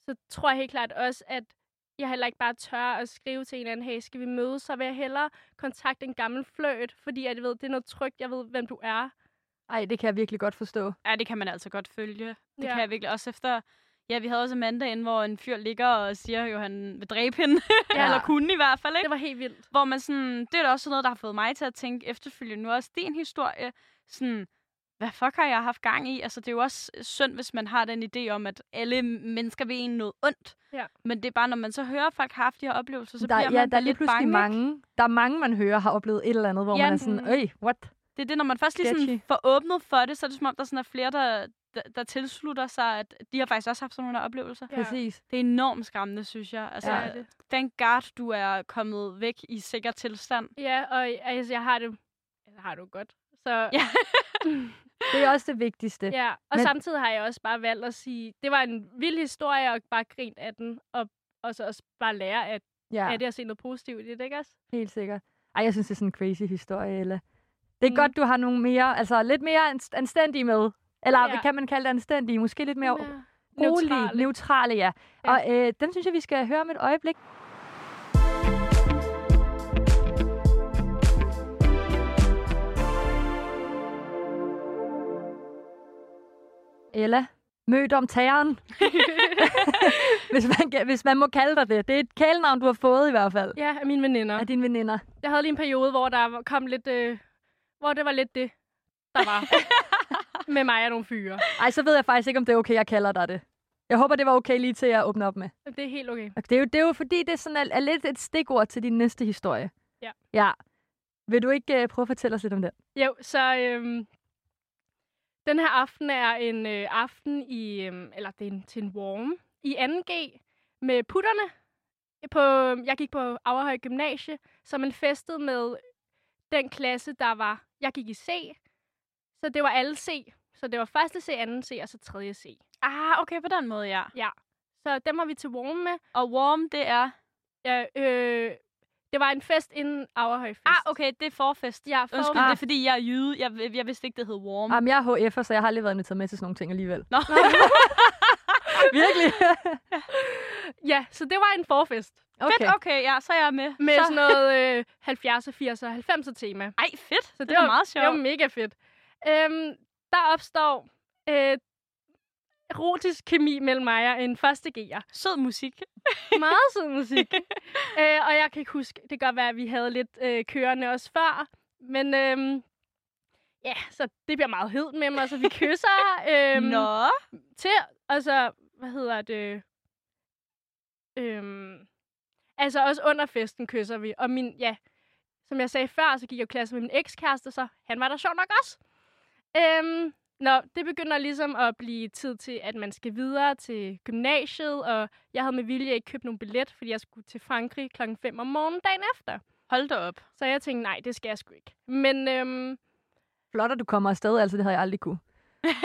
[SPEAKER 3] så tror jeg helt klart også, at jeg heller ikke bare tør at skrive til en eller anden, hey, skal vi mødes, så vil jeg hellere kontakte en gammel fløjt, fordi jeg ved, det er noget trygt, jeg ved, hvem du er.
[SPEAKER 2] Ej, det kan jeg virkelig godt forstå.
[SPEAKER 1] Ja, det kan man altså godt følge. Det
[SPEAKER 3] Ja.
[SPEAKER 1] ja. kan jeg virkelig også efter... Ja, vi havde også Amanda inde, hvor en fyr ligger og siger jo, han vil dræbe hende. Ja. Eller kunne i hvert fald, ikke?
[SPEAKER 3] Det var helt vildt.
[SPEAKER 1] Hvor man sådan, det er da også noget, der har fået mig til at tænke efterfølgende. Nu er også din historie sådan, hvad fuck har jeg haft gang i? Altså, det er jo også synd, hvis man har den idé om, at alle mennesker vil en noget ondt.
[SPEAKER 3] Ja.
[SPEAKER 1] Men det er bare, når man så hører, at folk har haft de her oplevelser, så
[SPEAKER 2] der,
[SPEAKER 1] bliver man
[SPEAKER 2] ja, der
[SPEAKER 1] da
[SPEAKER 2] er lige
[SPEAKER 1] lidt
[SPEAKER 2] pludselig
[SPEAKER 1] bange. ikke?
[SPEAKER 2] mange. Der er mange, man hører, har oplevet et eller andet, hvor ja, man
[SPEAKER 1] Ja,
[SPEAKER 2] er sådan,
[SPEAKER 3] mm.
[SPEAKER 2] øj, what?
[SPEAKER 1] Det er det, når man først lige sådan
[SPEAKER 2] Sketchy.
[SPEAKER 1] får åbnet for det, så er det som om, der sådan er flere, der, der, der tilslutter sig, at de har faktisk også haft sådan nogle her oplevelser.
[SPEAKER 3] Ja.
[SPEAKER 2] Præcis.
[SPEAKER 1] Det er enormt skræmmende, synes jeg. Altså,
[SPEAKER 2] Ja.
[SPEAKER 1] ja. thank god, du er kommet væk i sikker tilstand.
[SPEAKER 3] Ja, og altså, jeg har det, jeg har det jo godt. Så
[SPEAKER 1] Ja.
[SPEAKER 2] Det er også det vigtigste. Ja.
[SPEAKER 3] Ja, og
[SPEAKER 2] Men-
[SPEAKER 3] Men... samtidig har jeg også bare valgt at sige, det var en vild historie, og bare grint af den, og, og så også bare lære at, ja.
[SPEAKER 2] ja.
[SPEAKER 3] af det at se noget positivt i det, ikke også?
[SPEAKER 2] Helt sikkert. Ej, jeg synes, det er sådan en crazy historie, eller Det er
[SPEAKER 3] Mm.
[SPEAKER 2] mm. godt, du har nogle mere, altså lidt mere anst- anstændige med. Eller
[SPEAKER 3] Ja.
[SPEAKER 2] ja. kan man kalde det anstændige? Måske lidt mere rolige, neutrale.
[SPEAKER 3] Neutrale.
[SPEAKER 2] neutrale, ja.
[SPEAKER 3] Ja.
[SPEAKER 2] ja. Og øh, den synes jeg, vi skal høre om et øjeblik. Ella, mødt om tæren. hvis, man, kan- hvis man må kalde dig det. Det er et kælenavn, du har fået i hvert fald.
[SPEAKER 3] Ja, af mine veninder.
[SPEAKER 2] Af dine veninder.
[SPEAKER 3] Jeg havde lige en periode, hvor der var- kom lidt, øh, hvor det var lidt det, der var med mig og nogle fyre.
[SPEAKER 2] Ej, så ved jeg faktisk ikke, om det er okay, jeg kalder dig det. Jeg håber, det var okay lige til at åbne op med.
[SPEAKER 3] Det er helt okay.
[SPEAKER 2] Og Det er jo, det er jo fordi, det er, sådan, er, er lidt et stikord til din næste historie.
[SPEAKER 3] Ja.
[SPEAKER 2] Ja. Vil du ikke uh, prøve at fortælle os lidt om den?
[SPEAKER 3] Jo, så øhm, den her aften er en øh, aften i, øhm, eller det er en, til en warm, i 2G med putterne. På, jeg gik på Averhøj Gymnasie, så man festede med den klasse, der var, jeg gik i C, så det var alle C. Så det var første C, anden C og så tredje C.
[SPEAKER 1] Ah, okay, på den måde, ja.
[SPEAKER 3] Så dem var vi til warm med.
[SPEAKER 1] Og warm, det er...
[SPEAKER 3] Ja, øh, det var en fest inden Averhøj fest.
[SPEAKER 1] Ah, okay, det er forfest.
[SPEAKER 3] Jeg får,
[SPEAKER 1] Undskyld,
[SPEAKER 2] Ah.
[SPEAKER 1] det er fordi, jeg er jyde. Jeg, jeg vidste ikke, det hed warm.
[SPEAKER 2] Jamen, jeg er HF'er, så jeg har aldrig været inviteret med til sådan nogle ting alligevel.
[SPEAKER 1] Nå.
[SPEAKER 2] Virkelig?
[SPEAKER 3] Ja, så det var en forfest.
[SPEAKER 1] okay. Fedt, okay, ja, så er jeg med.
[SPEAKER 3] med så...
[SPEAKER 1] så...
[SPEAKER 3] sådan noget øh, 70'er, 80'er og 90'er tema.
[SPEAKER 1] Ej, fedt. Så
[SPEAKER 3] Så
[SPEAKER 1] det, det var meget
[SPEAKER 3] Det var
[SPEAKER 1] sjovt.
[SPEAKER 3] mega fedt. Øhm, der opstår øh, erotisk kemi mellem mig og en første G'er.
[SPEAKER 1] Sød musik.
[SPEAKER 3] Meget sød musik. øh, og jeg kan ikke huske, det kan godt være, at vi havde lidt øh, kørende også før. Men øhm, ja, så det bliver meget hed med mig, så vi kysser. Øhm,
[SPEAKER 1] Nå.
[SPEAKER 3] til, altså, hvad hedder det? Øhm, altså også under festen kysser vi. Og min, ja, som jeg sagde før, så gik jeg i klasse med min ekskæreste, så han var der sjov nok også. Øhm, nå, det begynder ligesom at blive tid til, at man skal videre til gymnasiet, og jeg havde med vilje ikke købt nogen billet, fordi jeg skulle til Frankrig klokken 5 om morgenen dagen efter.
[SPEAKER 1] Hold da op.
[SPEAKER 3] Så jeg tænkte, nej, det skal jeg sgu ikke. Men øhm,
[SPEAKER 2] Flot, at du kommer afsted, altså det havde jeg aldrig kunne.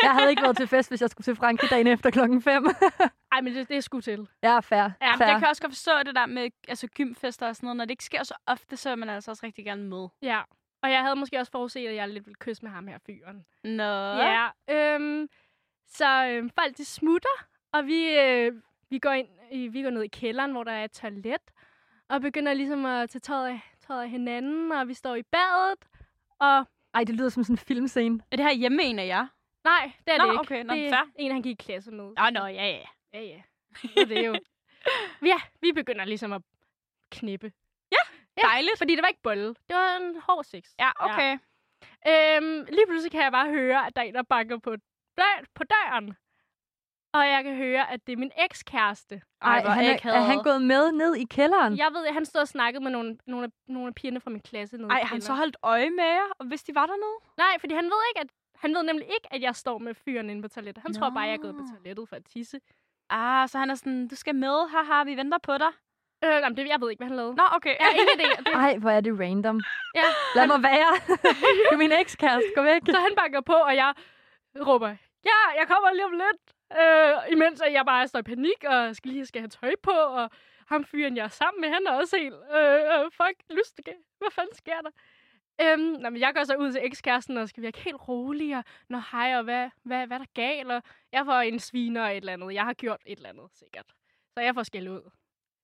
[SPEAKER 2] Jeg havde ikke været til fest, hvis jeg skulle til Frankrig dagen efter klokken 5.
[SPEAKER 3] ej, men det, det skulle til.
[SPEAKER 2] ja, fair.
[SPEAKER 1] Ja, men
[SPEAKER 2] fair.
[SPEAKER 1] jeg kan også godt forstå det der med altså, gymfester og sådan noget. Når det ikke sker så ofte, så er man altså også rigtig gerne med.
[SPEAKER 3] Ja, og jeg havde måske også forudset, at jeg lidt ville kysse med ham her fyren.
[SPEAKER 1] Nå.
[SPEAKER 3] Ja, øhm, så øhm, folk de smutter, og vi, øh, vi, går ind, i- vi går ned i kælderen, hvor der er et toilet, og begynder ligesom at tage tøjet af, optræder af hinanden, og vi står i badet, og
[SPEAKER 2] Ej, det lyder som sådan en filmscene.
[SPEAKER 1] Er det her hjemme en af jer?
[SPEAKER 3] nej, det er
[SPEAKER 1] Nå,
[SPEAKER 3] det ikke.
[SPEAKER 1] okay. Nå,
[SPEAKER 3] det
[SPEAKER 1] fair.
[SPEAKER 3] er en, han gik i klasse med.
[SPEAKER 1] Nå, nå, ja, ja.
[SPEAKER 3] Ja, ja. Det er det jo. ja, vi begynder ligesom at knippe. Ja.
[SPEAKER 1] Dejligt.
[SPEAKER 3] Fordi det var ikke bolle. Det var en hård sex.
[SPEAKER 1] Ja, okay.
[SPEAKER 3] Øhm, lige pludselig kan jeg bare høre, at der er en, der banker på, dør- på døren. Og jeg kan høre, at det er min ekskæreste.
[SPEAKER 2] Ej,
[SPEAKER 1] hvor
[SPEAKER 2] han er,
[SPEAKER 1] akavet.
[SPEAKER 2] er han gået med ned i kælderen?
[SPEAKER 3] Jeg ved, at han stod og snakkede med nogle, nogle, af, nogle af pigerne fra min klasse. Nede i
[SPEAKER 1] Ej, har han så
[SPEAKER 3] kælderen.
[SPEAKER 1] holdt øje med jer, og hvis de var dernede?
[SPEAKER 3] Nej, fordi han ved ikke, at han ved nemlig ikke, at jeg står med fyren inde på toilettet. Han tror bare, jeg er gået på
[SPEAKER 1] Nå.
[SPEAKER 3] toilettet for at tisse.
[SPEAKER 1] Ah, så han er sådan, du skal med, haha, vi venter på dig.
[SPEAKER 3] Øh, jamen, det, jeg ved ikke, hvad han lavede.
[SPEAKER 1] Nå, okay.
[SPEAKER 3] Jeg har ingen idé. Det,
[SPEAKER 2] Ej, hvor er det random.
[SPEAKER 3] ja.
[SPEAKER 2] Lad mig være. du er min ekskæreste. Gå væk.
[SPEAKER 3] Så han banker på, og jeg råber, ja, jeg kommer lige om lidt. Øh, imens at jeg bare står i panik, og skal lige skal have tøj på, og ham fyren, jeg er sammen med, han er også helt, øh, øh, fuck, lystige. Hvad fanden sker der? Øhm, nå, men jeg går så ud til ekskæresten, og skal virke helt rolig, og nå hej, og hvad, hvad, hvad er der galt, og jeg får en sviner og et eller andet. Jeg har gjort et eller andet, sikkert. Så jeg får skæld ud.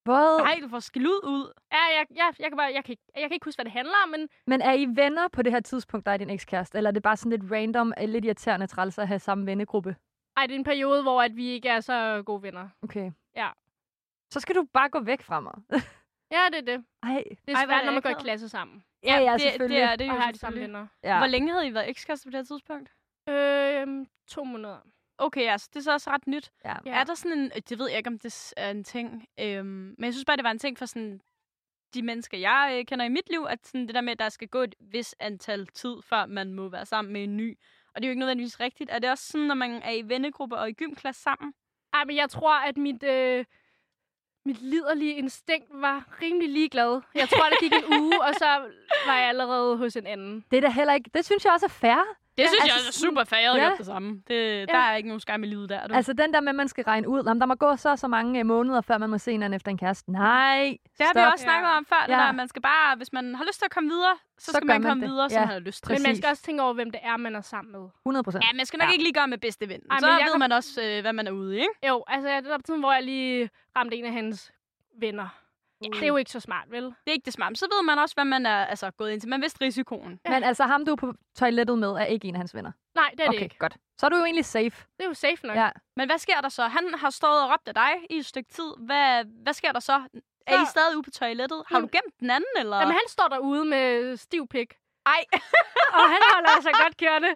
[SPEAKER 2] Hvad?
[SPEAKER 1] Nej, du får skilud ud.
[SPEAKER 3] Ja, jeg, jeg, jeg, kan bare, jeg, kan ikke, jeg kan ikke huske, hvad det handler om, men
[SPEAKER 2] Men er I venner på det her tidspunkt, der er din ekskæreste? Eller er det bare sådan lidt random, eh, lidt irriterende træls at have samme vennegruppe?
[SPEAKER 3] ej, det er en periode, hvor at vi ikke er så gode venner.
[SPEAKER 2] Okay.
[SPEAKER 3] Ja.
[SPEAKER 2] Så skal du bare gå væk fra mig.
[SPEAKER 3] Ja, det er det.
[SPEAKER 2] Ej,
[SPEAKER 3] Det er
[SPEAKER 1] Ej,
[SPEAKER 3] svært,
[SPEAKER 1] hvor er det
[SPEAKER 3] når man går i
[SPEAKER 1] akavet.
[SPEAKER 3] klasse sammen.
[SPEAKER 2] Ja, ja,
[SPEAKER 1] det, det
[SPEAKER 2] selvfølgelig.
[SPEAKER 1] er det jo
[SPEAKER 3] og har de samme
[SPEAKER 1] selvfølgelig.
[SPEAKER 3] venner.
[SPEAKER 2] ja.
[SPEAKER 1] Hvor længe havde I været ekskærester på det her tidspunkt? Øhm,
[SPEAKER 3] Øh, to måneder.
[SPEAKER 1] Okay, altså, det er så også ret nyt.
[SPEAKER 2] Ja.
[SPEAKER 1] Ja. Er der sådan en, øh, det ved jeg ikke, om det s- er en ting, øhm, men jeg synes bare, det var en ting for sådan, de mennesker, jeg øh, kender i mit liv, at sådan det der med, at der skal gå et vis antal tid, før man må være sammen med en ny. Og det er jo ikke nødvendigvis rigtigt. Er det også sådan, når man er i vennegrupper og i gymklasse sammen?
[SPEAKER 3] Ej, men jeg tror, at mit, øh, mit liderlige instinkt var rimelig ligeglad. Jeg tror, der gik en uge, og så var jeg allerede hos en anden.
[SPEAKER 2] Det er da heller ikke... Det synes jeg også er fair.
[SPEAKER 1] Det
[SPEAKER 2] synes jeg altså er super
[SPEAKER 1] fair, jeg
[SPEAKER 2] havde Ja.
[SPEAKER 1] ja.
[SPEAKER 2] gjort
[SPEAKER 1] det samme. Det, ja. Der er ikke nogen skam i livet der. Du. Altså,
[SPEAKER 2] Altså den der med, at man skal regne ud, om der må gå så og så mange øh, måneder, før man må se hinanden efter en kæreste. Nej,
[SPEAKER 1] det har vi
[SPEAKER 2] stop.
[SPEAKER 1] også snakket om før, ja. det
[SPEAKER 2] Ja.
[SPEAKER 1] der, at man skal bare, hvis man har lyst til at komme videre, så,
[SPEAKER 2] Så
[SPEAKER 1] skal
[SPEAKER 2] gør
[SPEAKER 1] man
[SPEAKER 2] man
[SPEAKER 1] komme
[SPEAKER 2] det.
[SPEAKER 1] videre, som
[SPEAKER 2] Ja.
[SPEAKER 1] man har lyst til.
[SPEAKER 3] Men man
[SPEAKER 2] Præcis.
[SPEAKER 3] skal også tænke over, hvem det er, man er sammen med.
[SPEAKER 2] 100 procent.
[SPEAKER 1] Ja, man skal nok
[SPEAKER 2] Ja.
[SPEAKER 1] ikke lige gøre med bedste ven.
[SPEAKER 3] Ej,
[SPEAKER 1] Så
[SPEAKER 3] men jeg
[SPEAKER 1] ved
[SPEAKER 3] kom-
[SPEAKER 1] man også, øh, hvad man er ude i, ikke?
[SPEAKER 3] Jo, altså jeg- der var tiden, hvor jeg lige ramte en af hans venner. Ja. Det er jo ikke så smart, vel?
[SPEAKER 1] Det er ikke det smarte. Så ved man også, hvad man er altså, gået ind til. Man vidste risikoen.
[SPEAKER 2] Men altså ham, du er på toilettet med, er ikke en af hans venner.
[SPEAKER 3] Nej, det er okay. det
[SPEAKER 2] Okay,
[SPEAKER 3] ikke.
[SPEAKER 2] godt. Så er du jo egentlig safe.
[SPEAKER 3] Det er jo safe nok.
[SPEAKER 2] Ja.
[SPEAKER 1] Men hvad sker der så? Han har stået og råbt af dig i et stykke tid. Hvad, hvad sker der så? Mm. Er
[SPEAKER 3] Så-
[SPEAKER 1] I stadig ude på toilettet? Har du gemt den anden, eller?
[SPEAKER 3] Jamen, han står derude med stiv pik.
[SPEAKER 1] Ej.
[SPEAKER 3] og han holder altså godt kørende.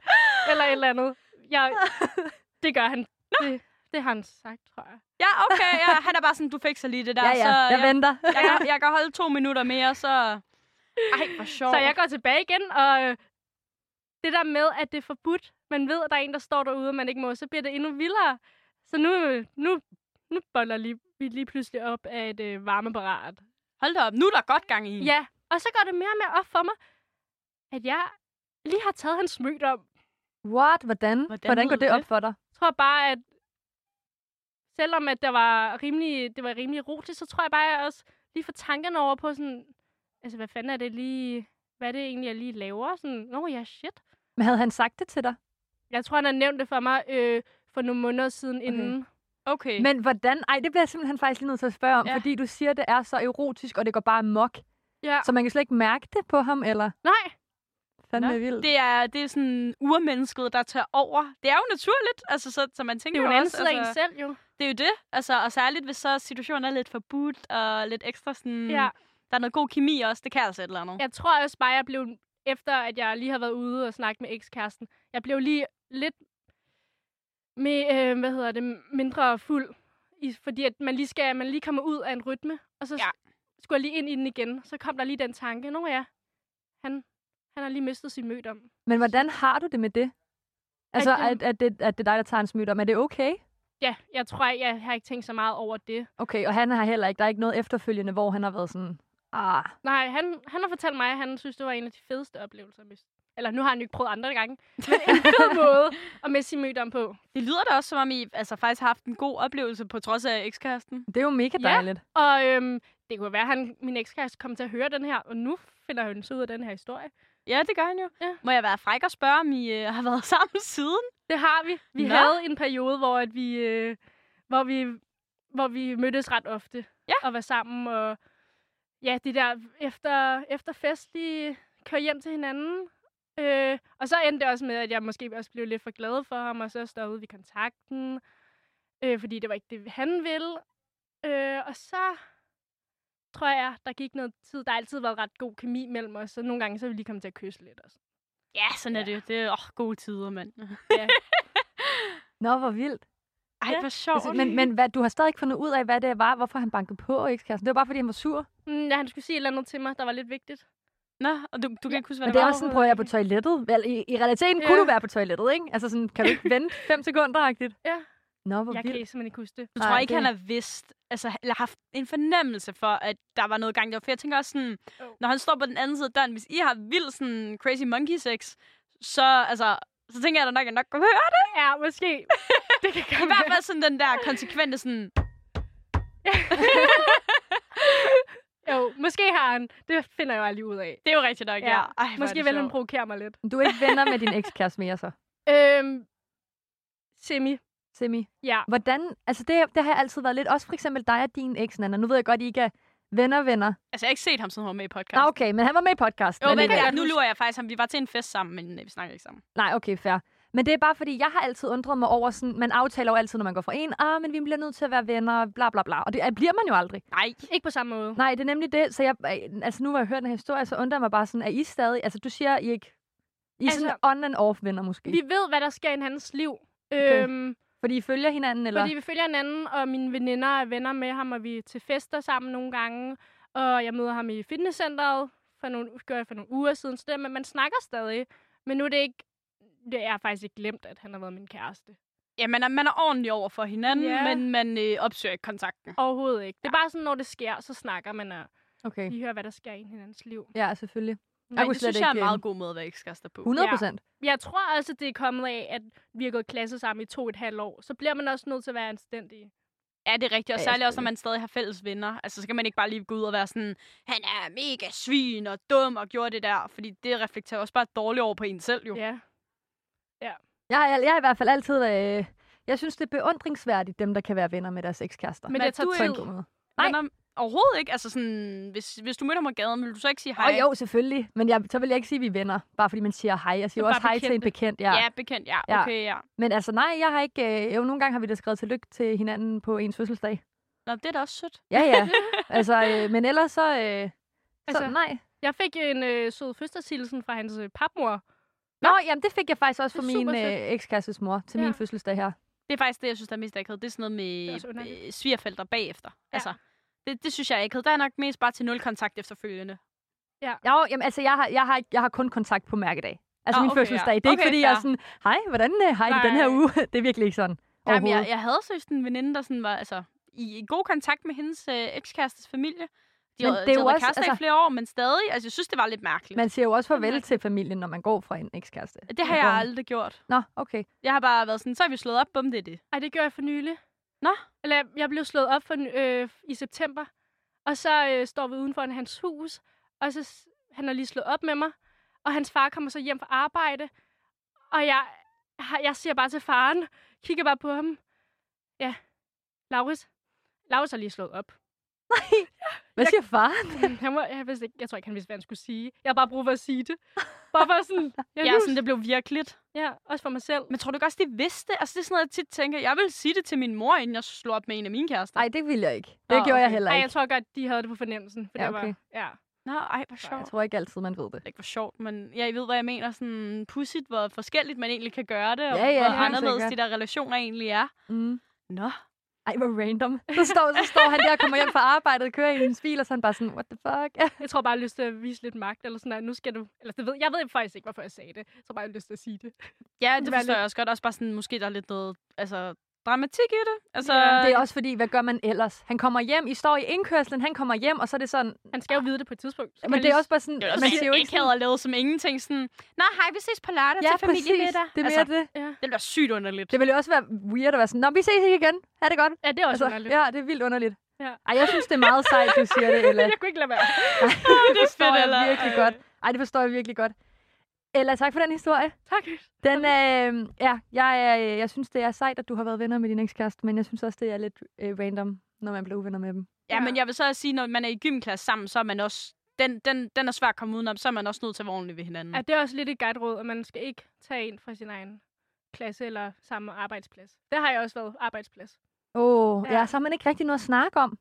[SPEAKER 3] Eller et eller andet. Jeg, det gør han. Det, det har han sagt, tror jeg.
[SPEAKER 1] Ja, okay. Ja, han er bare sådan, du fikser lige det der.
[SPEAKER 2] Ja, ja,
[SPEAKER 1] Så,
[SPEAKER 2] jeg
[SPEAKER 1] jeg,
[SPEAKER 2] venter.
[SPEAKER 1] jeg, kan, jeg kan holde to minutter mere, så... Ej, hvor sjovt.
[SPEAKER 3] Så jeg går tilbage igen, og øh, det der med, at det er forbudt, man ved, at der er en, der står derude, og man ikke må, så bliver det endnu vildere. Så nu, øh, nu, nu boller lige, vi lige pludselig op af et øh, varmeapparat.
[SPEAKER 1] Hold da op. Nu er der godt gang i.
[SPEAKER 3] Ja, og så går det mere og mere op for mig, at jeg lige har taget hans smøgt om.
[SPEAKER 2] What? Hvordan?
[SPEAKER 1] Hvordan
[SPEAKER 2] Hvordan, Hvordan
[SPEAKER 1] ved
[SPEAKER 2] går
[SPEAKER 1] du
[SPEAKER 2] det op
[SPEAKER 1] det?
[SPEAKER 2] for dig?
[SPEAKER 3] Jeg tror bare, at selvom at der var rimelig, det var rimelig erotisk, så tror jeg bare, at jeg også lige får tankerne over på sådan, altså hvad fanden er det lige, hvad er det egentlig, jeg lige laver? Sådan, nå oh, ja, shit.
[SPEAKER 2] Men havde han sagt det til dig?
[SPEAKER 3] Jeg tror, han har nævnt det for mig øh, for nogle måneder siden okay. inden.
[SPEAKER 1] Okay.
[SPEAKER 2] Men hvordan? Ej, det bliver jeg simpelthen faktisk lige nødt til at spørge om,
[SPEAKER 1] Ja.
[SPEAKER 2] ja. fordi du siger, at det er så erotisk, og det går bare mok.
[SPEAKER 3] Ja.
[SPEAKER 2] Så man kan slet ikke mærke det på ham, eller?
[SPEAKER 3] Nej,
[SPEAKER 2] Fandme
[SPEAKER 1] Nå,
[SPEAKER 2] vildt.
[SPEAKER 1] Det er, det er sådan urmennesket, der tager over. Det er jo naturligt, altså, så, så man
[SPEAKER 3] det
[SPEAKER 1] tænker
[SPEAKER 3] er jo altså Mm.
[SPEAKER 1] jo
[SPEAKER 3] en anden
[SPEAKER 1] også... altså-
[SPEAKER 3] side af en selv jo.
[SPEAKER 1] Det er jo det, altså, og særligt hvis så situationen er lidt forbudt og lidt ekstra sådan...
[SPEAKER 3] Mm. Ja,
[SPEAKER 1] Der er noget god kemi også, det kan altså et eller andet.
[SPEAKER 3] jeg tror også bare, jeg blev, efter at jeg lige har været ude og snakket med ekskæresten, jeg blev lige lidt med, øh, hvad hedder det, mindre fuld. I, fordi at man lige, skal, man lige kommer ud af en rytme, og så
[SPEAKER 1] Ja.
[SPEAKER 3] ja. skulle jeg lige ind i den igen. Så kom der lige den tanke, nå ja, han, han har lige mistet sin mødom. om.
[SPEAKER 2] Men hvordan har du det med det? Altså,
[SPEAKER 3] At, øhm,
[SPEAKER 2] at, at, det, at det er dig, der tager en smyt om. Er det okay?
[SPEAKER 3] Ja, jeg tror, jeg, jeg har ikke tænkt så meget over det.
[SPEAKER 2] Okay, og han har heller ikke, der er ikke noget efterfølgende, hvor han har været sådan, ah,
[SPEAKER 3] Nej, han, han har fortalt mig, at han synes, det var en af de fedeste oplevelser. Med, eller nu har han jo ikke prøvet andre gange. Men en fed måde at miste sin mødom på.
[SPEAKER 1] Det lyder da også, som om I altså, faktisk har haft en god oplevelse på trods af ekskæresten.
[SPEAKER 2] det er jo mega
[SPEAKER 3] Ja.
[SPEAKER 2] dejligt.
[SPEAKER 3] Og øhm, det kunne være, at han, min ekskæreste kom til at høre den her. Og nu finder hun så ud af den her historie.
[SPEAKER 1] Ja, det gør han jo.
[SPEAKER 3] Ja.
[SPEAKER 1] Må jeg være fræk og spørge, om I øh, har været sammen siden?
[SPEAKER 3] Det har vi. Vi
[SPEAKER 1] Nå.
[SPEAKER 3] Nå. havde en periode, hvor, at vi, øh, hvor, vi, hvor vi mødtes ret ofte.
[SPEAKER 1] Ja.
[SPEAKER 3] Og var sammen. Og ja, de der efter, efter festlige kører hjem til hinanden. Øh, og så endte det også med, at jeg måske også blev lidt for glad for ham, og så stoppede vi kontakten, øh, fordi det var ikke det, han ville. Øh, og så tror jeg, der gik noget tid. Der har altid været ret god kemi mellem os, så nogle gange så ville de komme til at kysse lidt også.
[SPEAKER 1] Ja, sådan ja. er det jo. Det er åh, gode tider, mand.
[SPEAKER 3] Ja.
[SPEAKER 2] Nå, hvor vildt.
[SPEAKER 1] Ej,
[SPEAKER 3] Ja.
[SPEAKER 1] hvor sjovt.
[SPEAKER 2] Altså, men men hvad, du har stadig ikke fundet ud af, hvad det var, hvorfor han bankede på ekskæresten. Det var bare, fordi han var sur.
[SPEAKER 3] Mm, ja, han skulle sige et eller andet til mig, der var lidt vigtigt.
[SPEAKER 1] Nå, og du, du kan ikke huske, hvad det
[SPEAKER 2] Men det er
[SPEAKER 1] var?
[SPEAKER 2] også sådan, prøver jeg er på toilettet. Vel, i, i realiteten
[SPEAKER 3] Ja.
[SPEAKER 2] kunne du være på toilettet, ikke? Altså sådan, kan du ikke vente fem sekunder, -agtigt?
[SPEAKER 3] Ja.
[SPEAKER 2] Nå, hvor
[SPEAKER 3] Jeg kan
[SPEAKER 2] vildt.
[SPEAKER 3] simpelthen ikke huske det.
[SPEAKER 1] Du tror
[SPEAKER 2] Nej,
[SPEAKER 1] ikke,
[SPEAKER 2] det-
[SPEAKER 1] han har vidst, altså, eller haft en fornemmelse for, at der var noget gang der var. For jeg tænker også sådan,
[SPEAKER 3] Jo.
[SPEAKER 1] når han står på den anden side af døren, hvis I har vildt sådan crazy monkey sex, så, altså, så tænker jeg da nok, at jeg nok kunne høre det.
[SPEAKER 3] Ja, måske. det kan
[SPEAKER 1] I
[SPEAKER 3] godt
[SPEAKER 1] hvert
[SPEAKER 3] være.
[SPEAKER 1] fald sådan den der konsekvente sådan,
[SPEAKER 3] Jo, måske har han. Det finder jeg jo aldrig ud af.
[SPEAKER 1] det er jo rigtigt nok, ja.
[SPEAKER 3] Ja,
[SPEAKER 1] ja. Ej, hvor er
[SPEAKER 3] Måske
[SPEAKER 1] det
[SPEAKER 3] vil han
[SPEAKER 1] sjovt.
[SPEAKER 3] provokere mig lidt.
[SPEAKER 2] Du er ikke venner med din ekskæreste mere, så?
[SPEAKER 3] Øhm, semi.
[SPEAKER 2] Semi.
[SPEAKER 3] Ja.
[SPEAKER 2] Hvordan, altså det, det har jeg altid været lidt, også for eksempel dig og din eks, Nana. Nu ved jeg godt, I ikke er venner, venner.
[SPEAKER 1] Altså, jeg har ikke set ham sådan noget med i podcast.
[SPEAKER 2] Nå, okay, men han var med i podcast.
[SPEAKER 1] Jo, men, øh,
[SPEAKER 2] alligevel.
[SPEAKER 1] ja, nu lurer jeg faktisk ham. Vi var til en fest sammen, men øh, vi snakker ikke sammen.
[SPEAKER 2] Nej, okay, fair. Men det er bare fordi, jeg har altid undret mig over sådan, man aftaler jo altid, når man går fra en, ah, men vi bliver nødt til at være venner, bla bla bla. Og det øh, bliver man jo aldrig.
[SPEAKER 1] Nej.
[SPEAKER 3] Ikke på samme måde.
[SPEAKER 2] Nej, det er nemlig det. Så jeg, øh, altså nu hvor jeg hørt den her historie, så undrer jeg mig bare sådan, er I stadig, altså du siger, I ikke, I er sådan
[SPEAKER 1] Altså-
[SPEAKER 2] on and off venner måske.
[SPEAKER 3] Vi ved, hvad der sker i hans liv.
[SPEAKER 2] Okay.
[SPEAKER 3] Øhm,
[SPEAKER 2] fordi I følger hinanden, eller?
[SPEAKER 3] Fordi vi følger hinanden, og mine veninder er venner med ham, og vi er til fester sammen nogle gange. Og jeg møder ham i fitnesscenteret for nogle, gør jeg for nogle uger siden. Så det, er, men man snakker stadig. Men nu er det ikke... Det er faktisk ikke glemt, at han har været min kæreste.
[SPEAKER 1] Ja, man er, man er ordentlig over for hinanden,
[SPEAKER 3] Ja.
[SPEAKER 1] men man øh, opsøger ikke kontakten.
[SPEAKER 3] Overhovedet ikke. Det er bare sådan, når det sker, så snakker man, og
[SPEAKER 2] Okay.
[SPEAKER 3] vi hører, hvad der sker i hinandens liv.
[SPEAKER 2] Ja, selvfølgelig.
[SPEAKER 1] Men
[SPEAKER 2] kunne
[SPEAKER 1] det
[SPEAKER 2] slet
[SPEAKER 1] synes jeg er en
[SPEAKER 2] ikke, øh,
[SPEAKER 1] meget god måde at være ekskærester på.
[SPEAKER 2] 100 procent.
[SPEAKER 3] Jeg tror også, det er kommet af, at vi har gået klasse sammen i to og et halvt år. Så bliver man også nødt til at være anstændig.
[SPEAKER 1] Ja, det er rigtigt. Og
[SPEAKER 2] Ja,
[SPEAKER 1] særligt også, når
[SPEAKER 2] selvfølgelig.
[SPEAKER 1] man stadig har fælles venner. Altså, så kan man ikke bare lige gå ud og være sådan, han er mega svin og dum og gjorde det der. Fordi det reflekterer også bare dårligt over på en selv, jo. Ja.
[SPEAKER 3] Ja.
[SPEAKER 2] Jeg, jeg, jeg er i hvert fald altid, øh, jeg synes, det er beundringsværdigt, dem der kan være venner med deres ekskærester.
[SPEAKER 3] Men
[SPEAKER 1] Men
[SPEAKER 3] det
[SPEAKER 1] du
[SPEAKER 3] tager
[SPEAKER 1] er
[SPEAKER 2] på en
[SPEAKER 3] tid.
[SPEAKER 2] god måde.
[SPEAKER 1] Men
[SPEAKER 2] Nej.
[SPEAKER 1] om, overhovedet ikke. Altså sådan, hvis, hvis du mødte ham på gaden, ville du så ikke sige hej?
[SPEAKER 2] Og jo, selvfølgelig. Men jeg, så vil jeg ikke sige, at vi er venner, bare fordi man siger hej. Jeg siger
[SPEAKER 1] Det
[SPEAKER 2] jo
[SPEAKER 1] er
[SPEAKER 2] også
[SPEAKER 1] bare
[SPEAKER 2] hej til en bekendt. Ja.
[SPEAKER 1] Ja, bekendt. Ja,
[SPEAKER 2] Ja.
[SPEAKER 1] okay, ja.
[SPEAKER 2] Men altså nej, jeg har ikke... Øh, jo, nogle gange har vi da skrevet tillykke til hinanden på ens fødselsdag.
[SPEAKER 1] Nå, det er da også sødt.
[SPEAKER 2] Ja, ja. altså, øh, men ellers så... Øh, så
[SPEAKER 3] Altså,
[SPEAKER 2] altså, nej.
[SPEAKER 3] Jeg fik en øh, sød fødselshilsen fra hans øh, papmor.
[SPEAKER 2] Nå, jamen det fik jeg faktisk også
[SPEAKER 3] Det
[SPEAKER 2] fra
[SPEAKER 3] er
[SPEAKER 2] min
[SPEAKER 3] superfedt.
[SPEAKER 2] øh, ekskærestes mor til
[SPEAKER 3] Ja.
[SPEAKER 2] ja. min fødselsdag her.
[SPEAKER 1] Det er faktisk det, jeg synes, der er mest akavet. Det er sådan noget
[SPEAKER 3] er også
[SPEAKER 1] med
[SPEAKER 3] underligt.
[SPEAKER 1] øh, svigerforældre bagefter.
[SPEAKER 3] Ja.
[SPEAKER 1] Ja. Altså, det, det synes jeg ikke. Der er nok mest bare til nul kontakt efterfølgende.
[SPEAKER 2] Jo, jamen altså, jeg har, jeg har, ikke- jeg har kun kontakt på mærkedag. Altså
[SPEAKER 1] Ah,
[SPEAKER 2] min
[SPEAKER 1] okay, ja.
[SPEAKER 2] fødselsdag. Det er ikke,
[SPEAKER 1] Okay,
[SPEAKER 2] fordi jeg er
[SPEAKER 1] fair.
[SPEAKER 2] sådan, hej, hvordan øh, har I det den her
[SPEAKER 3] Nej.
[SPEAKER 2] uge? det er virkelig ikke sådan.
[SPEAKER 1] Jamen, jeg,
[SPEAKER 2] overhovedet.
[SPEAKER 1] jeg havde seriøst en veninde, der sådan var altså, i, i god kontakt med hendes øh, ekskærestes familie. De
[SPEAKER 2] Men
[SPEAKER 1] havde,
[SPEAKER 2] det er
[SPEAKER 1] de
[SPEAKER 2] jo
[SPEAKER 1] havde
[SPEAKER 2] også,
[SPEAKER 1] kærester i
[SPEAKER 2] altså-
[SPEAKER 1] flere år, men stadig. Altså, jeg synes, det var lidt mærkeligt.
[SPEAKER 2] Man siger jo også farvel
[SPEAKER 1] Jamen,
[SPEAKER 2] til familien, når man går fra en ekskæreste.
[SPEAKER 1] Men, det har
[SPEAKER 2] Man
[SPEAKER 1] jeg
[SPEAKER 2] går-
[SPEAKER 1] aldrig gjort.
[SPEAKER 2] Nå, okay.
[SPEAKER 1] Jeg har bare været sådan, så har vi slået op, bum, det er det.
[SPEAKER 3] Ej, det gjorde jeg for nylig.
[SPEAKER 1] Nå.
[SPEAKER 3] Eller jeg- jeg blev slået op for, ny- øh, i september, og så øh, står vi uden for hans hus, og så s- han har lige slået op med mig, og hans far kommer så hjem fra arbejde, og jeg, har- jeg siger bare til faren, kigger bare på ham. Ja, Laurits. Laurits har lige slået op.
[SPEAKER 2] Hvad
[SPEAKER 3] Jeg-
[SPEAKER 2] siger far?
[SPEAKER 3] Han var, jeg, vidste ikke, jeg tror ikke, han vidste, hvad han skulle sige. Jeg har bare brug for at sige det. Bare for sådan, jeg
[SPEAKER 1] Ja,
[SPEAKER 3] nu-
[SPEAKER 1] sådan, det blev virkeligt.
[SPEAKER 3] ja, også for mig selv.
[SPEAKER 1] Men tror du ikke også, de vidste? Altså, det er sådan noget, jeg tit tænker. Jeg vil sige det til min mor, inden jeg slog op med en af mine kærester.
[SPEAKER 2] Nej, det ville jeg ikke. Det
[SPEAKER 1] Nå,
[SPEAKER 2] gjorde jeg
[SPEAKER 1] okay.
[SPEAKER 2] heller
[SPEAKER 3] Ej,
[SPEAKER 2] ikke.
[SPEAKER 3] jeg tror godt, de havde det på fornemmelsen. For
[SPEAKER 2] Ja,
[SPEAKER 3] det var,
[SPEAKER 2] okay.
[SPEAKER 3] ja.
[SPEAKER 1] Nå, ej, hvor
[SPEAKER 2] Nej, jeg
[SPEAKER 1] sjovt.
[SPEAKER 2] tror ikke altid, man ved det.
[SPEAKER 1] Det ikke var sjovt, men ja, I ved, hvad jeg mener. Sådan pudsigt, hvor forskelligt man egentlig kan gøre det, og
[SPEAKER 2] Ja, ja,
[SPEAKER 1] hvor
[SPEAKER 2] helt
[SPEAKER 1] anderledes
[SPEAKER 2] sikkert.
[SPEAKER 1] de der relationer egentlig er.
[SPEAKER 2] Mm.
[SPEAKER 1] Nå.
[SPEAKER 2] Ej, hvor random. Så står, så står han der og kommer hjem fra arbejdet, kører i en bil, og så er han bare sådan, what the fuck?
[SPEAKER 3] Jeg tror bare, jeg har lyst til at vise lidt magt, eller sådan, at nu skal du... Eller det ved, jeg ved faktisk ikke, hvorfor jeg sagde det. Jeg tror bare, jeg har lyst til at sige det.
[SPEAKER 1] Ja,
[SPEAKER 3] Det
[SPEAKER 1] det
[SPEAKER 3] var
[SPEAKER 1] forstår
[SPEAKER 3] lidt-
[SPEAKER 1] jeg også godt. Også bare sådan, måske der er lidt noget altså, dramatik i det. Altså,
[SPEAKER 3] Ja,
[SPEAKER 2] Det er også fordi, hvad gør man ellers? Han kommer hjem, I står i indkørslen, han kommer hjem, og så er det sådan...
[SPEAKER 3] Han skal jo vide det på et tidspunkt. Så
[SPEAKER 2] Ah. Men
[SPEAKER 3] kan
[SPEAKER 2] det er
[SPEAKER 3] jeg
[SPEAKER 2] også bare sådan...
[SPEAKER 1] det er
[SPEAKER 2] man
[SPEAKER 1] også
[SPEAKER 2] siger jo ikke sådan,
[SPEAKER 1] havde lavet som ingenting. Sådan, Nå, hej, vi ses på lørdag
[SPEAKER 2] ja,
[SPEAKER 1] til familiemiddag.
[SPEAKER 2] præcis. Det er
[SPEAKER 1] altså,
[SPEAKER 2] mere altså, det.
[SPEAKER 1] det bliver sygt underligt.
[SPEAKER 2] Det ville jo også være weird at være sådan, Nå, vi ses ikke igen. Ha' det godt.
[SPEAKER 3] lige- Ja, det er
[SPEAKER 2] Altså,
[SPEAKER 3] også altså, underligt. Ja.
[SPEAKER 2] ja, det er vildt underligt.
[SPEAKER 3] Ja.
[SPEAKER 2] Ej, jeg synes, det er meget sejt, du siger det, Ella.
[SPEAKER 3] Jeg kunne ikke lade være.
[SPEAKER 1] det er
[SPEAKER 2] forstår jeg virkelig
[SPEAKER 1] Ej.
[SPEAKER 2] godt. Ej, det forstår jeg virkelig godt. Ella, tak for den historie.
[SPEAKER 3] Tak.
[SPEAKER 2] Den, øhm, øh, ja, jeg, jeg, jeg synes, det er sejt, at du har været venner med din ekskæreste, men jeg synes også, det er lidt øh, random, når man bliver uvenner med dem.
[SPEAKER 1] Ja,
[SPEAKER 3] Ja.
[SPEAKER 1] men jeg vil så også sige, når man er i gymklasse sammen, så er man også... Den, den, den er svær at komme udenom, så er man også nødt til at være ordentlig ved hinanden.
[SPEAKER 2] Mm.
[SPEAKER 3] Ja, det er også lidt et godt råd, at man skal ikke tage en fra sin egen klasse eller samme arbejdsplads. Det har jeg også været arbejdsplads.
[SPEAKER 2] Åh, oh, ja.
[SPEAKER 3] Ja.
[SPEAKER 2] ja, så har man ikke rigtig noget at snakke om,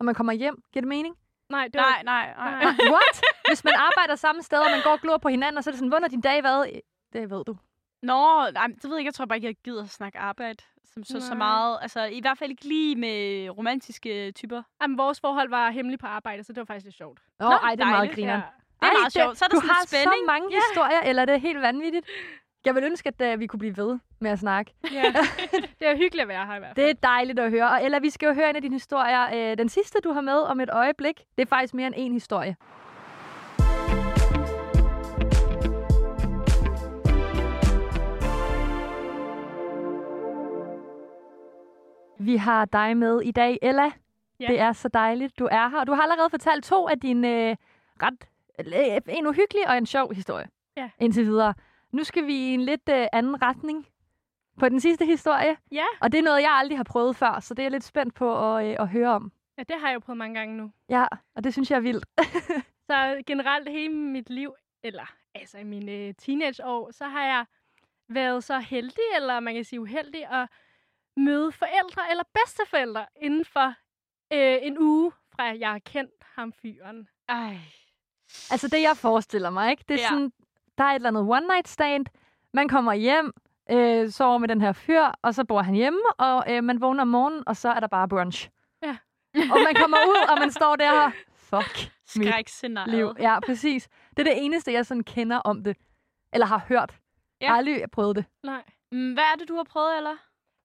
[SPEAKER 2] når man kommer hjem. Giver det mening?
[SPEAKER 3] Nej, det var
[SPEAKER 1] nej, nej, nej.
[SPEAKER 3] Nej.
[SPEAKER 2] What? Hvis man arbejder samme sted, og man går og glor på hinanden, og så er det sådan, hvordan din dag været? Øh, Det ved du.
[SPEAKER 1] Nå, nej, det ved jeg ikke. Jeg tror bare ikke, jeg gider at snakke arbejde som så, så
[SPEAKER 3] Nej.
[SPEAKER 1] meget. Altså, i hvert fald ikke lige med romantiske typer.
[SPEAKER 3] Jamen, vores forhold var hemmeligt på arbejde, så det var faktisk lidt sjovt.
[SPEAKER 2] Nå, Nå ej, det er meget
[SPEAKER 1] dejligt.
[SPEAKER 2] griner.
[SPEAKER 3] Ja.
[SPEAKER 1] Det er meget sjovt. Så er der
[SPEAKER 2] du
[SPEAKER 1] sådan
[SPEAKER 2] har
[SPEAKER 1] lidt spænding.
[SPEAKER 2] så mange
[SPEAKER 1] Ja.
[SPEAKER 2] historier, eller det er helt vanvittigt. Jeg vil ønske, at uh, vi kunne blive ved med at snakke.
[SPEAKER 3] Ja. det er hyggeligt at være her i hvert fald.
[SPEAKER 2] Det er dejligt at høre. Og Ella, vi skal jo høre en af dine historier. Øh, den sidste, du har med om et øjeblik, det er faktisk mere end en historie. Vi har dig med i dag, Ella.
[SPEAKER 3] Ja.
[SPEAKER 2] Det er så dejligt, du er her. Og du har allerede fortalt to af dine øh, ret... Øh, en uhyggelig og en sjov historie.
[SPEAKER 3] Ja.
[SPEAKER 2] Indtil videre. Nu skal vi i en lidt øh, anden retning på den sidste historie.
[SPEAKER 3] Ja.
[SPEAKER 2] Og det er noget, jeg aldrig har prøvet før, så det er jeg lidt spændt på at, øh, at høre om.
[SPEAKER 3] ja, det har jeg jo prøvet mange gange nu.
[SPEAKER 2] Ja, og det synes jeg er vildt.
[SPEAKER 3] Så generelt hele mit liv, eller altså i mine teenageår, så har jeg været så heldig, eller man kan sige uheldig, at møde forældre eller bedsteforældre inden for øh, en uge, fra jeg har kendt ham fyren.
[SPEAKER 1] Ej.
[SPEAKER 2] Altså det, jeg forestiller mig, ikke? Det er
[SPEAKER 1] Ja.
[SPEAKER 2] ja. sådan, der er et eller andet one night stand, man kommer hjem, øh, sover med den her fyr, og så bor han hjemme, og øh, man vågner om morgenen, og så er der bare brunch.
[SPEAKER 3] Ja.
[SPEAKER 2] og man kommer ud, og man står der og, fuck mit liv.
[SPEAKER 1] Skrækscenariet.
[SPEAKER 2] Ja, præcis. Det er det eneste, jeg sådan kender om det. Eller har hørt.
[SPEAKER 1] Ja.
[SPEAKER 2] Ja. Aldrig prøvet det.
[SPEAKER 3] Nej.
[SPEAKER 1] Mm, Hvad er det, du har prøvet, eller?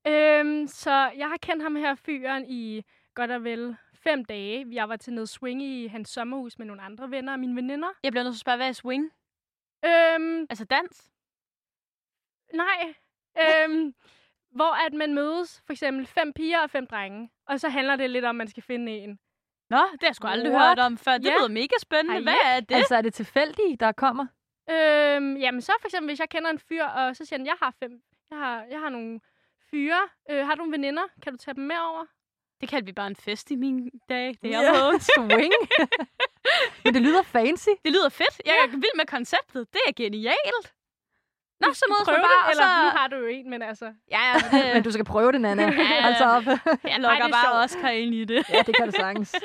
[SPEAKER 3] Øhm, så jeg har kendt ham her fyren i godt og vel fem dage. Jeg var til noget swing i hans sommerhus med nogle andre venner og mine veninder.
[SPEAKER 1] Jeg bliver nødt til at spørge, hvad er swing?
[SPEAKER 3] Øhm,
[SPEAKER 1] Altså dans?
[SPEAKER 3] Nej. Øhm, hvor at man mødes, for eksempel fem piger og fem drenge. Og så handler det lidt om, at man skal finde en.
[SPEAKER 1] Nå, det har jeg sgu aldrig
[SPEAKER 2] What?
[SPEAKER 1] hørt om før. Det
[SPEAKER 3] Ja.
[SPEAKER 1] lyder mega spændende.
[SPEAKER 3] Ej,
[SPEAKER 1] Hvad er det?
[SPEAKER 2] Altså er det tilfældigt, der kommer?
[SPEAKER 3] Øhm, jamen så for eksempel, hvis jeg kender en fyr, og så siger han, jeg har fem, jeg har, jeg har nogle fyre. Øh, har du nogle veninder? Kan du tage dem med over?
[SPEAKER 1] Det kaldte vi bare en fest i min dag. Det, er
[SPEAKER 2] Ja.
[SPEAKER 1] yeah.
[SPEAKER 2] Swing. Men det lyder fancy.
[SPEAKER 1] det lyder fedt. Jeg er vild med konceptet. Det er genialt. Nå, så mødes
[SPEAKER 3] Prøv
[SPEAKER 1] man bare,
[SPEAKER 3] det,
[SPEAKER 1] og
[SPEAKER 3] eller
[SPEAKER 1] så...
[SPEAKER 3] nu har du jo en, men altså.
[SPEAKER 1] Ja, ja, det...
[SPEAKER 2] Men du skal prøve det, Nana.
[SPEAKER 1] ja.
[SPEAKER 2] Altså op.
[SPEAKER 1] Jeg lukker
[SPEAKER 3] Ej, det er
[SPEAKER 1] bare
[SPEAKER 3] sjovt.
[SPEAKER 1] Oscar ind i det.
[SPEAKER 2] ja, det kan du sagtens.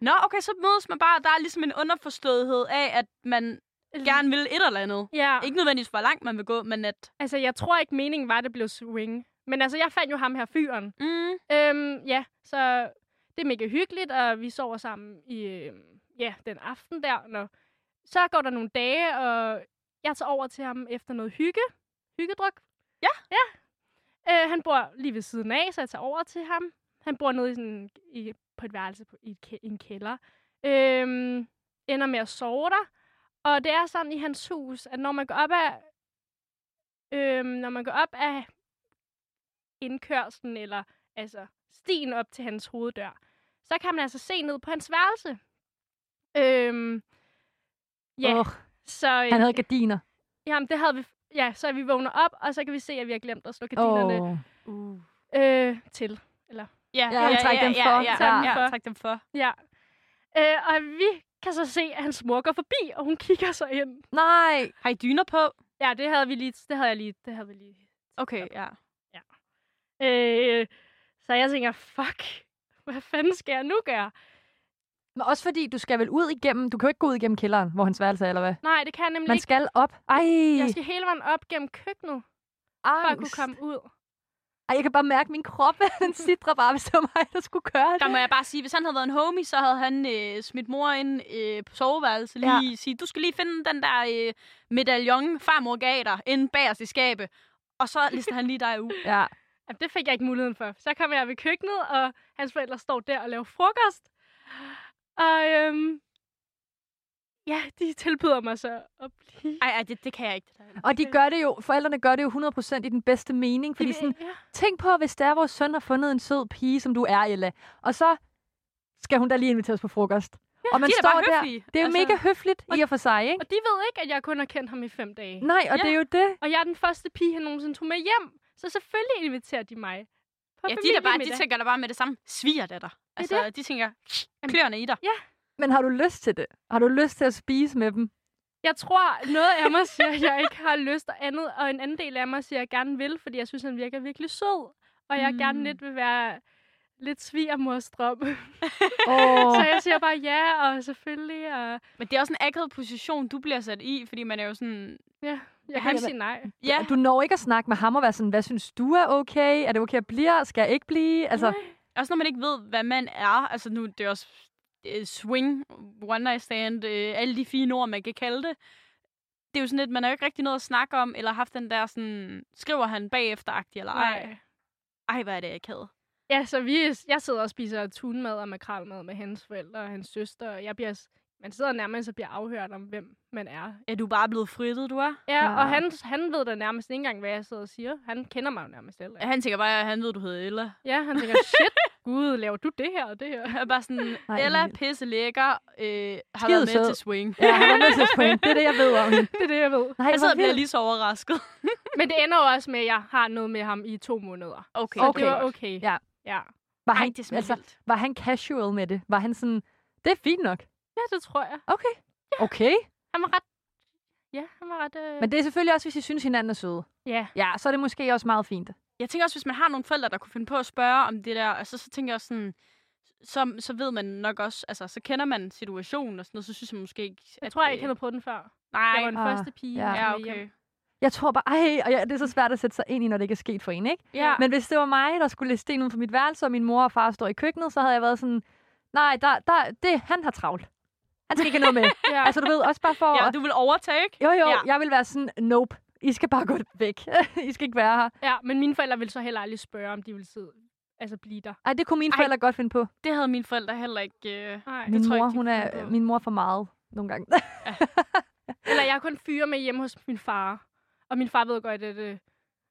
[SPEAKER 1] Nå, okay, så mødes man bare. Der er ligesom en underforståethed af, at man gerne vil et eller andet.
[SPEAKER 3] Ja,
[SPEAKER 1] Ikke nødvendigvis, hvor langt man vil gå, men at...
[SPEAKER 3] altså jeg tror ikke, meningen var, at det blev swing. Men altså, jeg fandt jo ham her fyren.
[SPEAKER 1] Mm,
[SPEAKER 3] Øhm, ja, så det er mega hyggeligt, og vi sover sammen i øhm, ja, den aften der. Når, så går der nogle dage, og jeg tager over til ham efter noget hygge. Hyggedruk.
[SPEAKER 1] Ja.
[SPEAKER 3] Ja. Øh, han bor lige ved siden af, så jeg tager over til ham. Han bor nede i sådan, i, på et værelse på, i, et kæ- i en kælder. Øhm, ender med at sove der. Og det er sådan i hans hus, at når man går op af, øhm, når man går op af indkørslen, eller altså stien op til hans hoveddør, så kan man altså se ned på hans værelse. Øhm, ja,
[SPEAKER 2] Yeah.
[SPEAKER 3] oh,
[SPEAKER 2] Oh,
[SPEAKER 3] så... øh,
[SPEAKER 2] han havde gardiner.
[SPEAKER 3] Jamen, det havde vi... Ja, så vi vågner op, og så kan vi se, at vi har glemt at slå gardinerne
[SPEAKER 2] Oh.
[SPEAKER 1] uh.
[SPEAKER 3] øh, til.
[SPEAKER 1] Ja,
[SPEAKER 2] Ja, træk dem for.
[SPEAKER 1] Ja,
[SPEAKER 3] Træk dem
[SPEAKER 1] ja, ja,
[SPEAKER 3] for.
[SPEAKER 1] træk dem for.
[SPEAKER 3] Ja. Øh, og vi kan så se, at hans mor går forbi, og hun kigger så ind.
[SPEAKER 2] Nej.
[SPEAKER 1] Har I dyner på?
[SPEAKER 3] Ja, det havde vi lige... Det havde jeg lige... Det havde vi lige.
[SPEAKER 1] Okay, ja.
[SPEAKER 3] Øh, så jeg tænker, fuck, hvad fanden skal jeg nu gøre?
[SPEAKER 2] Men også fordi, du skal vel ud igennem... Du kan jo ikke gå ud igennem kælderen, hvor hans værelse er, eller hvad?
[SPEAKER 3] Nej, det kan jeg nemlig
[SPEAKER 2] Man
[SPEAKER 3] ikke.
[SPEAKER 2] skal op. Ej,
[SPEAKER 3] Jeg skal hele vejen op gennem køkkenet, for at
[SPEAKER 2] angst.
[SPEAKER 3] kunne komme ud.
[SPEAKER 2] Ej, jeg kan bare mærke, at min krop den sidder bare, hvis det var mig, der skulle køre det.
[SPEAKER 1] Der må jeg bare sige, hvis han havde været en homie, så havde han øh, smidt mor ind øh, på soveværelset. Lige ja. sige, du skal lige finde den der øh, medaljon, farmor gav dig, inde bagerst i skabet. Og så lister han lige dig ud.
[SPEAKER 2] Ja.
[SPEAKER 3] Jamen, det fik jeg ikke muligheden for. Så kom jeg ved køkkenet, og hans forældre står der og laver frokost. Og øhm, ja, de tilbyder mig så at blive.
[SPEAKER 1] Ej, ej det, det kan jeg ikke. Det der.
[SPEAKER 2] Og de gør det jo, forældrene gør det jo 100% i den bedste mening, fordi sådan,
[SPEAKER 3] ja.
[SPEAKER 2] tænk på, hvis der vores søn har fundet en sød pige, som du er, Ella, og så skal hun da lige inviteres på frokost. Ja, og man
[SPEAKER 1] de er da
[SPEAKER 2] står
[SPEAKER 1] bare
[SPEAKER 2] der,
[SPEAKER 1] høflige.
[SPEAKER 2] det er jo
[SPEAKER 1] Altså-
[SPEAKER 2] altså, mega høfligt i og for sig, ikke?
[SPEAKER 3] Og de ved ikke, at jeg kun har kendt ham i fem dage.
[SPEAKER 2] Nej, og
[SPEAKER 1] Ja.
[SPEAKER 2] ja. det er jo det.
[SPEAKER 3] Og jeg er den første pige, han nogensinde tog med hjem. Så selvfølgelig inviterer de mig på på
[SPEAKER 1] ja, de, der bare,
[SPEAKER 3] familiemiddag.
[SPEAKER 1] de tænker da bare med det samme. Svigerdatter. Altså, det? de tænker, kløerne i dig.
[SPEAKER 2] Men har du lyst til det? Har du lyst til at spise med dem?
[SPEAKER 3] Jeg tror, noget af mig siger, at jeg ikke har lyst og andet, og en anden del af mig siger, at jeg gerne vil, fordi jeg synes, han virker virkelig sød, og jeg mm. gerne
[SPEAKER 1] Mm.
[SPEAKER 3] lidt vil være lidt svigermorstrøm.
[SPEAKER 2] Oh.
[SPEAKER 3] Så jeg siger bare ja, og selvfølgelig, og
[SPEAKER 1] Men det er også en akavet position, du bliver sat i, fordi man er jo sådan...
[SPEAKER 3] jeg kan ikke
[SPEAKER 2] jeg-
[SPEAKER 3] sige nej.
[SPEAKER 1] Ja,
[SPEAKER 2] Du når ikke at snakke med ham og være sådan, hvad synes du er okay? Er det okay, jeg bliver? Skal jeg ikke blive? Altså,
[SPEAKER 1] også når man ikke ved, hvad man er. Altså nu, det er også øh, swing, one night stand, øh, alle de fine ord, man kan kalde det. Det er jo sådan lidt, man har jo ikke rigtig noget at snakke om, eller haft den der sådan, skriver han bagefter-agtig, eller ej.
[SPEAKER 3] Nej.
[SPEAKER 1] Ej, hvad er det, jeg kæder?
[SPEAKER 3] Ja, så vi, jeg sidder og spiser tunmad og makralmad med hans forældre og hans søster, og jeg bliver, s- man sidder nærmest og bliver afhørt om, hvem man er.
[SPEAKER 1] Er du bare blevet frittet, du er?
[SPEAKER 3] Ja, ja. og
[SPEAKER 2] Ah.
[SPEAKER 3] han, han ved da nærmest ikke engang, hvad jeg sidder og siger. Han kender mig jo nærmest heller ikke.
[SPEAKER 1] Han tænker bare, at han ved, du hedder Ella.
[SPEAKER 3] Ja, han tænker, shit, gud, laver du det her og det her?
[SPEAKER 1] Jeg er bare sådan,
[SPEAKER 2] Nej,
[SPEAKER 1] Ella,
[SPEAKER 2] Emil.
[SPEAKER 1] pisse lækker, øh, har
[SPEAKER 2] Skide
[SPEAKER 1] været med
[SPEAKER 2] sød.
[SPEAKER 1] til swing.
[SPEAKER 2] ja, han er nødt til at springe. Det er det, jeg ved om hende.
[SPEAKER 3] Det er det, jeg ved.
[SPEAKER 2] Nej,
[SPEAKER 1] Han sidder og
[SPEAKER 2] hvor
[SPEAKER 1] bliver
[SPEAKER 2] vildt.
[SPEAKER 1] lige så overrasket.
[SPEAKER 3] Men det ender jo også med, at jeg har noget med ham i to måneder.
[SPEAKER 1] Okay.
[SPEAKER 3] Så
[SPEAKER 2] Okay.
[SPEAKER 3] det var okay.
[SPEAKER 2] Ja.
[SPEAKER 3] ja.
[SPEAKER 2] Var
[SPEAKER 1] Ej,
[SPEAKER 2] han,
[SPEAKER 1] det er simpelthen
[SPEAKER 2] altså,
[SPEAKER 1] vildt.
[SPEAKER 2] var han casual med det? Var han sådan, det er fint nok.
[SPEAKER 3] Ja, det tror jeg.
[SPEAKER 2] Okay. Okay.
[SPEAKER 3] Han var ret... Ja, han var ret... Øh...
[SPEAKER 2] Men det er selvfølgelig også, hvis I synes, hinanden er søde.
[SPEAKER 3] Ja.
[SPEAKER 2] Ja, så er det måske også meget fint.
[SPEAKER 1] Jeg tænker også, hvis man har nogle forældre, der kunne finde på at spørge om det der, altså, så tænker jeg også sådan, så, så ved man nok også, altså, så kender man situationen og sådan noget, så synes jeg måske ikke, at
[SPEAKER 3] Jeg tror, jeg
[SPEAKER 1] det-
[SPEAKER 3] ikke havde prøvet den før. Jeg var
[SPEAKER 1] Nej,
[SPEAKER 3] den
[SPEAKER 2] Ah,
[SPEAKER 3] første pige.
[SPEAKER 2] ja.
[SPEAKER 3] der
[SPEAKER 1] Øh. ja,
[SPEAKER 3] kom med hjem.
[SPEAKER 1] okay.
[SPEAKER 2] Jeg tror bare, ej, og jeg, det er så svært at sætte sig ind i, når det ikke er sket for en, ikke?
[SPEAKER 1] Ja,
[SPEAKER 2] Men hvis det var mig, der skulle læse sten ud fra mit værelse, og min mor og far står i køkkenet, så havde jeg været sådan, nej, der, der, det, han har travlt. Han skal ikke have noget med.
[SPEAKER 3] Ja.
[SPEAKER 2] altså, du ved, også bare for...
[SPEAKER 1] ja, du vil overtage, ikke?
[SPEAKER 2] Jo, jo,
[SPEAKER 1] Ja.
[SPEAKER 2] ja. jeg vil være sådan, nope, I skal bare gå væk. I skal ikke være her.
[SPEAKER 3] ja, men mine forældre ville så heller aldrig spørge, om de ville sidde, altså blive der.
[SPEAKER 2] Ej, det kunne mine
[SPEAKER 1] Ej.
[SPEAKER 2] forældre godt finde på.
[SPEAKER 1] Det havde mine forældre heller ikke... Øh...
[SPEAKER 3] Nej,
[SPEAKER 2] Min
[SPEAKER 1] tror jeg ikke, de
[SPEAKER 2] mor, hun
[SPEAKER 1] kunne finde
[SPEAKER 2] er,
[SPEAKER 1] på.
[SPEAKER 2] min mor er for meget nogle gange.
[SPEAKER 3] Eller jeg er kun fyre med hjemme hos min far. Og min far ved godt, at
[SPEAKER 2] Og
[SPEAKER 3] det...
[SPEAKER 1] Ja,
[SPEAKER 2] det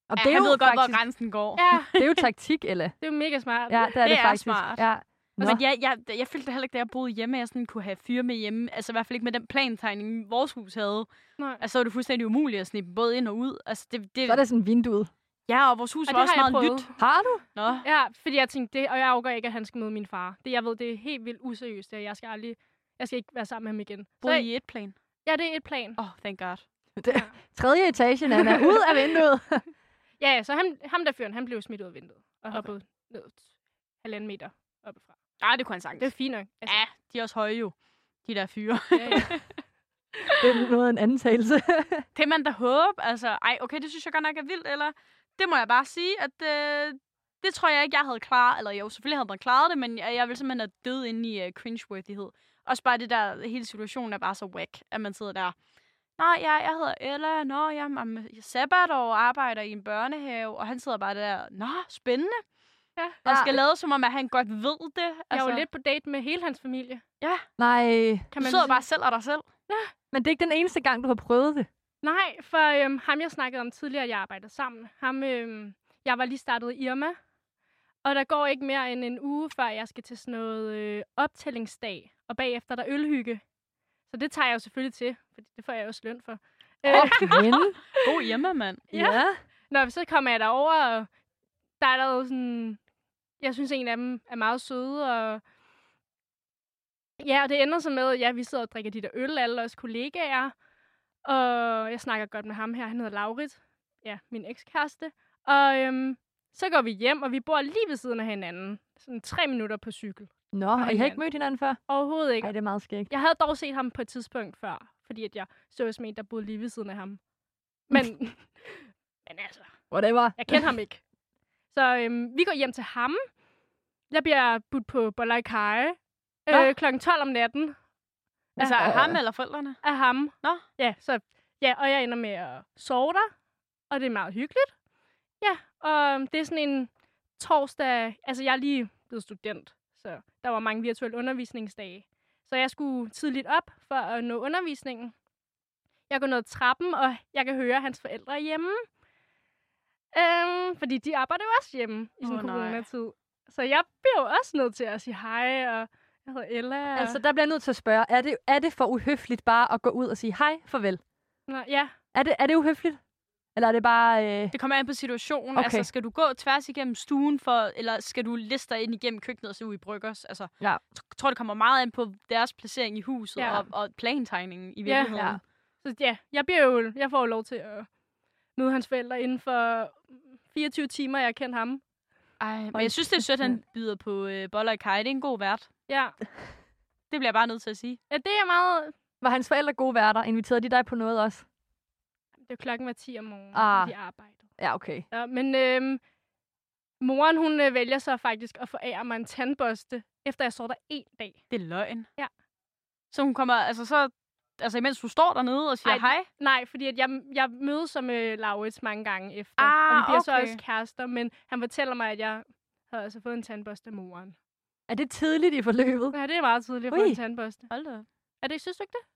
[SPEAKER 2] er
[SPEAKER 1] han
[SPEAKER 2] jo
[SPEAKER 1] ved godt, hvor
[SPEAKER 2] faktisk,
[SPEAKER 1] grænsen går.
[SPEAKER 3] Ja,
[SPEAKER 2] det er jo taktik, eller?
[SPEAKER 3] det er jo mega smart.
[SPEAKER 2] Ja, det er det,
[SPEAKER 1] er
[SPEAKER 2] faktisk.
[SPEAKER 1] smart.
[SPEAKER 2] Ja. Nå.
[SPEAKER 1] Men jeg, jeg, jeg følte heller ikke, da jeg boede hjemme, at jeg sådan kunne have fyre med hjemme. Altså i hvert fald ikke med den plantegning, vores hus havde.
[SPEAKER 3] Nej.
[SPEAKER 1] Altså så var det fuldstændig umuligt at snippe både ind og ud. Altså det, det,
[SPEAKER 2] Så er der sådan vinduet.
[SPEAKER 1] Ja, og vores hus
[SPEAKER 3] Og
[SPEAKER 1] var
[SPEAKER 3] det
[SPEAKER 1] også
[SPEAKER 3] har jeg
[SPEAKER 1] meget
[SPEAKER 3] prøvet.
[SPEAKER 1] lyt.
[SPEAKER 2] Har du?
[SPEAKER 1] Nå,
[SPEAKER 3] Ja, fordi jeg tænkte det, og jeg afgør ikke, at han skal møde min far. Det, jeg ved, det er helt vildt useriøst, det, og jeg skal aldrig... Jeg skal ikke være sammen med ham igen. Så,
[SPEAKER 1] boede I et plan?
[SPEAKER 3] ja, det er et plan.
[SPEAKER 1] Åh, oh, thank god.
[SPEAKER 2] Tredje etagen, han er ud af vinduet.
[SPEAKER 3] Ja, ja, så ham, ham der fyren, han blev smidt ud af vinduet og hoppede ned halvanden meter oppefra.
[SPEAKER 1] Nej, det kunne han
[SPEAKER 3] Det er
[SPEAKER 1] sagtens.
[SPEAKER 3] fint nok. Altså,
[SPEAKER 1] Ja, de er også høje jo, de der fyre.
[SPEAKER 3] ja, ja.
[SPEAKER 2] Det er noget af en antagelse.
[SPEAKER 1] Kan man da håbe? Altså, ej, okay, det synes jeg godt nok er vildt, eller? Det må jeg bare sige, at øh, det tror jeg ikke, jeg havde klaret. Eller jo, selvfølgelig havde man klaret det, men jeg, jeg ville simpelthen have død inde i øh, cringeworthighed. Også bare det der, hele situationen er bare så whack, at man sidder der. Nej, jeg, jeg hedder Ella, nå, jeg, jeg, jeg er sabbat og arbejder i en børnehave, og han sidder bare der, nå, spændende.
[SPEAKER 3] Ja.
[SPEAKER 1] Og skal lade som om, at han godt ved det.
[SPEAKER 3] Jeg var jo lidt på date med hele hans familie.
[SPEAKER 2] Nej,
[SPEAKER 1] Kan man
[SPEAKER 3] Kan man
[SPEAKER 1] Altså- du sidder
[SPEAKER 3] sige.
[SPEAKER 1] bare selv og dig selv.
[SPEAKER 2] men det er ikke den eneste gang, du har prøvet det.
[SPEAKER 3] Nej, for øhm, ham, jeg snakkede om tidligere, jeg arbejder sammen. Ham, øhm, jeg var lige startet i Irma, og der går ikke mere end en uge, før jeg skal til sådan noget øh, optællingsdag, og bagefter er der ølhygge. Så det tager jeg jo selvfølgelig til, for det får jeg jo også løn for. Øh,
[SPEAKER 2] Men,
[SPEAKER 1] God hjemmemand.
[SPEAKER 3] Ja.
[SPEAKER 2] ja.
[SPEAKER 3] Nå, så kommer jeg derover, og der er der jo sådan... Jeg synes, en af dem er meget søde, og... Ja, og det ender så med, at ja, vi sidder og drikker de der øl, alle os kollegaer. Og jeg snakker godt med ham her, han hedder Laurit. Ja, min ekskæreste. Og øhm, så går vi hjem, og vi bor lige ved siden af hinanden. Sådan tre minutter på cykel.
[SPEAKER 2] Nå, og I har
[SPEAKER 3] mand.
[SPEAKER 2] ikke mødt hinanden før?
[SPEAKER 3] Overhovedet ikke.
[SPEAKER 2] Nej, det er meget skægt.
[SPEAKER 3] Jeg havde dog set ham på et tidspunkt før, fordi at jeg så som en, der boede lige ved siden af ham. Men, men altså,
[SPEAKER 2] Whatever.
[SPEAKER 3] jeg kendte ham ikke. Så øhm, vi går hjem til ham. Jeg bliver budt på Boller i Kaj,
[SPEAKER 1] Nå.
[SPEAKER 3] øh, kl. 12 om natten
[SPEAKER 1] Altså,
[SPEAKER 2] Ja.
[SPEAKER 1] ham eller forældrene?
[SPEAKER 3] af ham.
[SPEAKER 1] Nå.
[SPEAKER 3] Ja, så, ja, og jeg ender med at sove der, og det er meget hyggeligt. Ja, og øhm, det er sådan en torsdag, altså jeg er lige blevet student, så der var mange virtuelle undervisningsdage. Så jeg skulle tidligt op for at nå undervisningen. Jeg går ned ad trappen, og jeg kan høre, at hans forældre er hjemme. Øhm, fordi de arbejder jo også hjemme i sådan
[SPEAKER 1] Åh,
[SPEAKER 3] oh,
[SPEAKER 1] nej.
[SPEAKER 3] coronatid. Så jeg bliver jo også nødt til at sige hej, og jeg hedder Ella.
[SPEAKER 2] Altså,
[SPEAKER 3] Altså,
[SPEAKER 2] der bliver jeg nødt til at spørge, er det, er det for uhøfligt bare at gå ud og sige hej, farvel?
[SPEAKER 3] og, Nå, ja,
[SPEAKER 2] Er det, er det uhøfligt? Eller er det bare... Øh,
[SPEAKER 1] Det kommer an på situationen.
[SPEAKER 2] Okay.
[SPEAKER 1] Okay. Altså, skal du gå tværs igennem stuen, for, eller skal du liste dig ind igennem køkkenet og se ud i bryggers? Altså,
[SPEAKER 2] Ja.
[SPEAKER 1] Jeg tror, det kommer meget an på deres placering i huset
[SPEAKER 3] Ja.
[SPEAKER 1] ja. og, og plantegningen i virkeligheden.
[SPEAKER 2] ja.
[SPEAKER 3] Så ja, jeg, bliver jo, jeg får jo lov til at møde hans forældre inden for 24 timer, jeg har kendt ham.
[SPEAKER 1] Ej, men
[SPEAKER 2] Hold
[SPEAKER 1] jeg synes, det er sødt, at han byder på øh, boller i kaj. Det er en god vært.
[SPEAKER 3] Ja.
[SPEAKER 1] Det bliver jeg bare nødt til at sige.
[SPEAKER 3] ja, det er meget...
[SPEAKER 2] Var hans forældre gode værter? Inviterede de dig på noget også?
[SPEAKER 3] Det er klokken var 10 om morgenen,
[SPEAKER 2] Ah.
[SPEAKER 3] ah. de arbejdede.
[SPEAKER 2] Ja, okay.
[SPEAKER 3] Ja, men øhm, moren, hun øh, vælger så faktisk at forære mig en tandbørste, efter jeg står der en dag.
[SPEAKER 1] Det er løgn.
[SPEAKER 3] Ja.
[SPEAKER 1] Så hun kommer, altså så, altså imens du står dernede og siger
[SPEAKER 3] Ej,
[SPEAKER 1] Ej, hej.
[SPEAKER 3] Nej, fordi at jeg, jeg mødes som øh, Laurits mange gange efter. og
[SPEAKER 1] Ah,
[SPEAKER 3] vi bliver så
[SPEAKER 1] okay.
[SPEAKER 3] også kærester, men han fortæller mig, at jeg havde altså fået en tandbørste af moren.
[SPEAKER 2] Er det tidligt i forløbet?
[SPEAKER 3] Ja, det er meget tidligt at få
[SPEAKER 2] Ui.
[SPEAKER 3] en tandbørste.
[SPEAKER 1] Hold da.
[SPEAKER 3] Er det, synes du ikke det?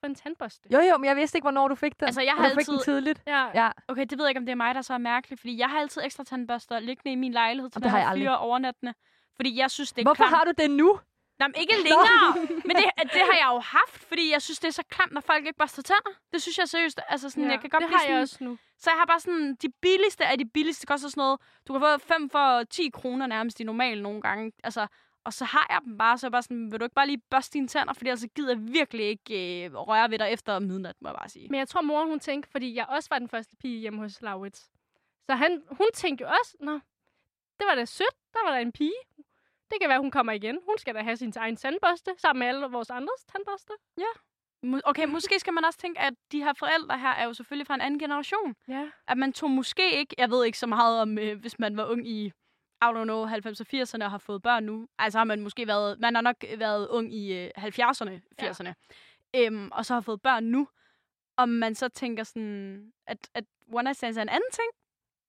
[SPEAKER 3] For en tandbørste?
[SPEAKER 2] Jo, jo, men jeg vidste ikke, hvornår du fik den.
[SPEAKER 1] Altså, jeg
[SPEAKER 2] Og
[SPEAKER 1] har
[SPEAKER 2] du fik den
[SPEAKER 1] altid-
[SPEAKER 2] tidligt.
[SPEAKER 3] Ja,
[SPEAKER 2] Ja,
[SPEAKER 1] Okay, det ved jeg ikke, om det er mig, der så er mærkelig, fordi jeg har altid ekstra tandbørster liggende i min lejlighed til
[SPEAKER 2] Og det har jeg aldrig.
[SPEAKER 1] fire overnattende. Fordi jeg synes, det er
[SPEAKER 2] hvorfor
[SPEAKER 1] klamt.
[SPEAKER 2] har du den nu?
[SPEAKER 1] Nej, men ikke længere. men det, det, har jeg jo haft, fordi jeg synes, det er så klamt, når folk ikke børster tænder. Det synes jeg seriøst. Altså, sådan, ja, jeg kan godt
[SPEAKER 3] det
[SPEAKER 1] blive
[SPEAKER 3] har
[SPEAKER 1] sådan,
[SPEAKER 3] jeg også nu.
[SPEAKER 1] Så jeg har bare sådan, de billigste af de billigste det koster sådan noget. Du kan få 5 for 10 kroner nærmest i normal nogle gange. Altså, og så har jeg dem bare, så er jeg bare sådan, vil du ikke bare lige børste dine tænder? Fordi altså gider jeg virkelig ikke øh, røre ved dig efter midnat, må jeg bare sige.
[SPEAKER 3] Men jeg tror, moren hun tænkte, fordi jeg også var den første pige hjemme hos Laurits. Så han, hun tænkte jo også, nå, det var da sødt, der var der en pige. Det kan være, hun kommer igen. Hun skal da have sin egen tandbørste, sammen med alle vores andres tandbørster.
[SPEAKER 1] Mu- Okay, måske skal man også tænke, at de her forældre her er jo selvfølgelig fra en anden generation.
[SPEAKER 3] Ja.
[SPEAKER 1] At man tog måske ikke, jeg ved ikke så meget om, øh, hvis man var ung i, I don't know, 90'erne og 80'erne og har fået børn nu. Altså har man måske været, man har nok været ung i øh, 70'erne, 80'erne. Øhm, og så har fået børn nu. Om man så tænker sådan, at, at one night stands er en anden ting.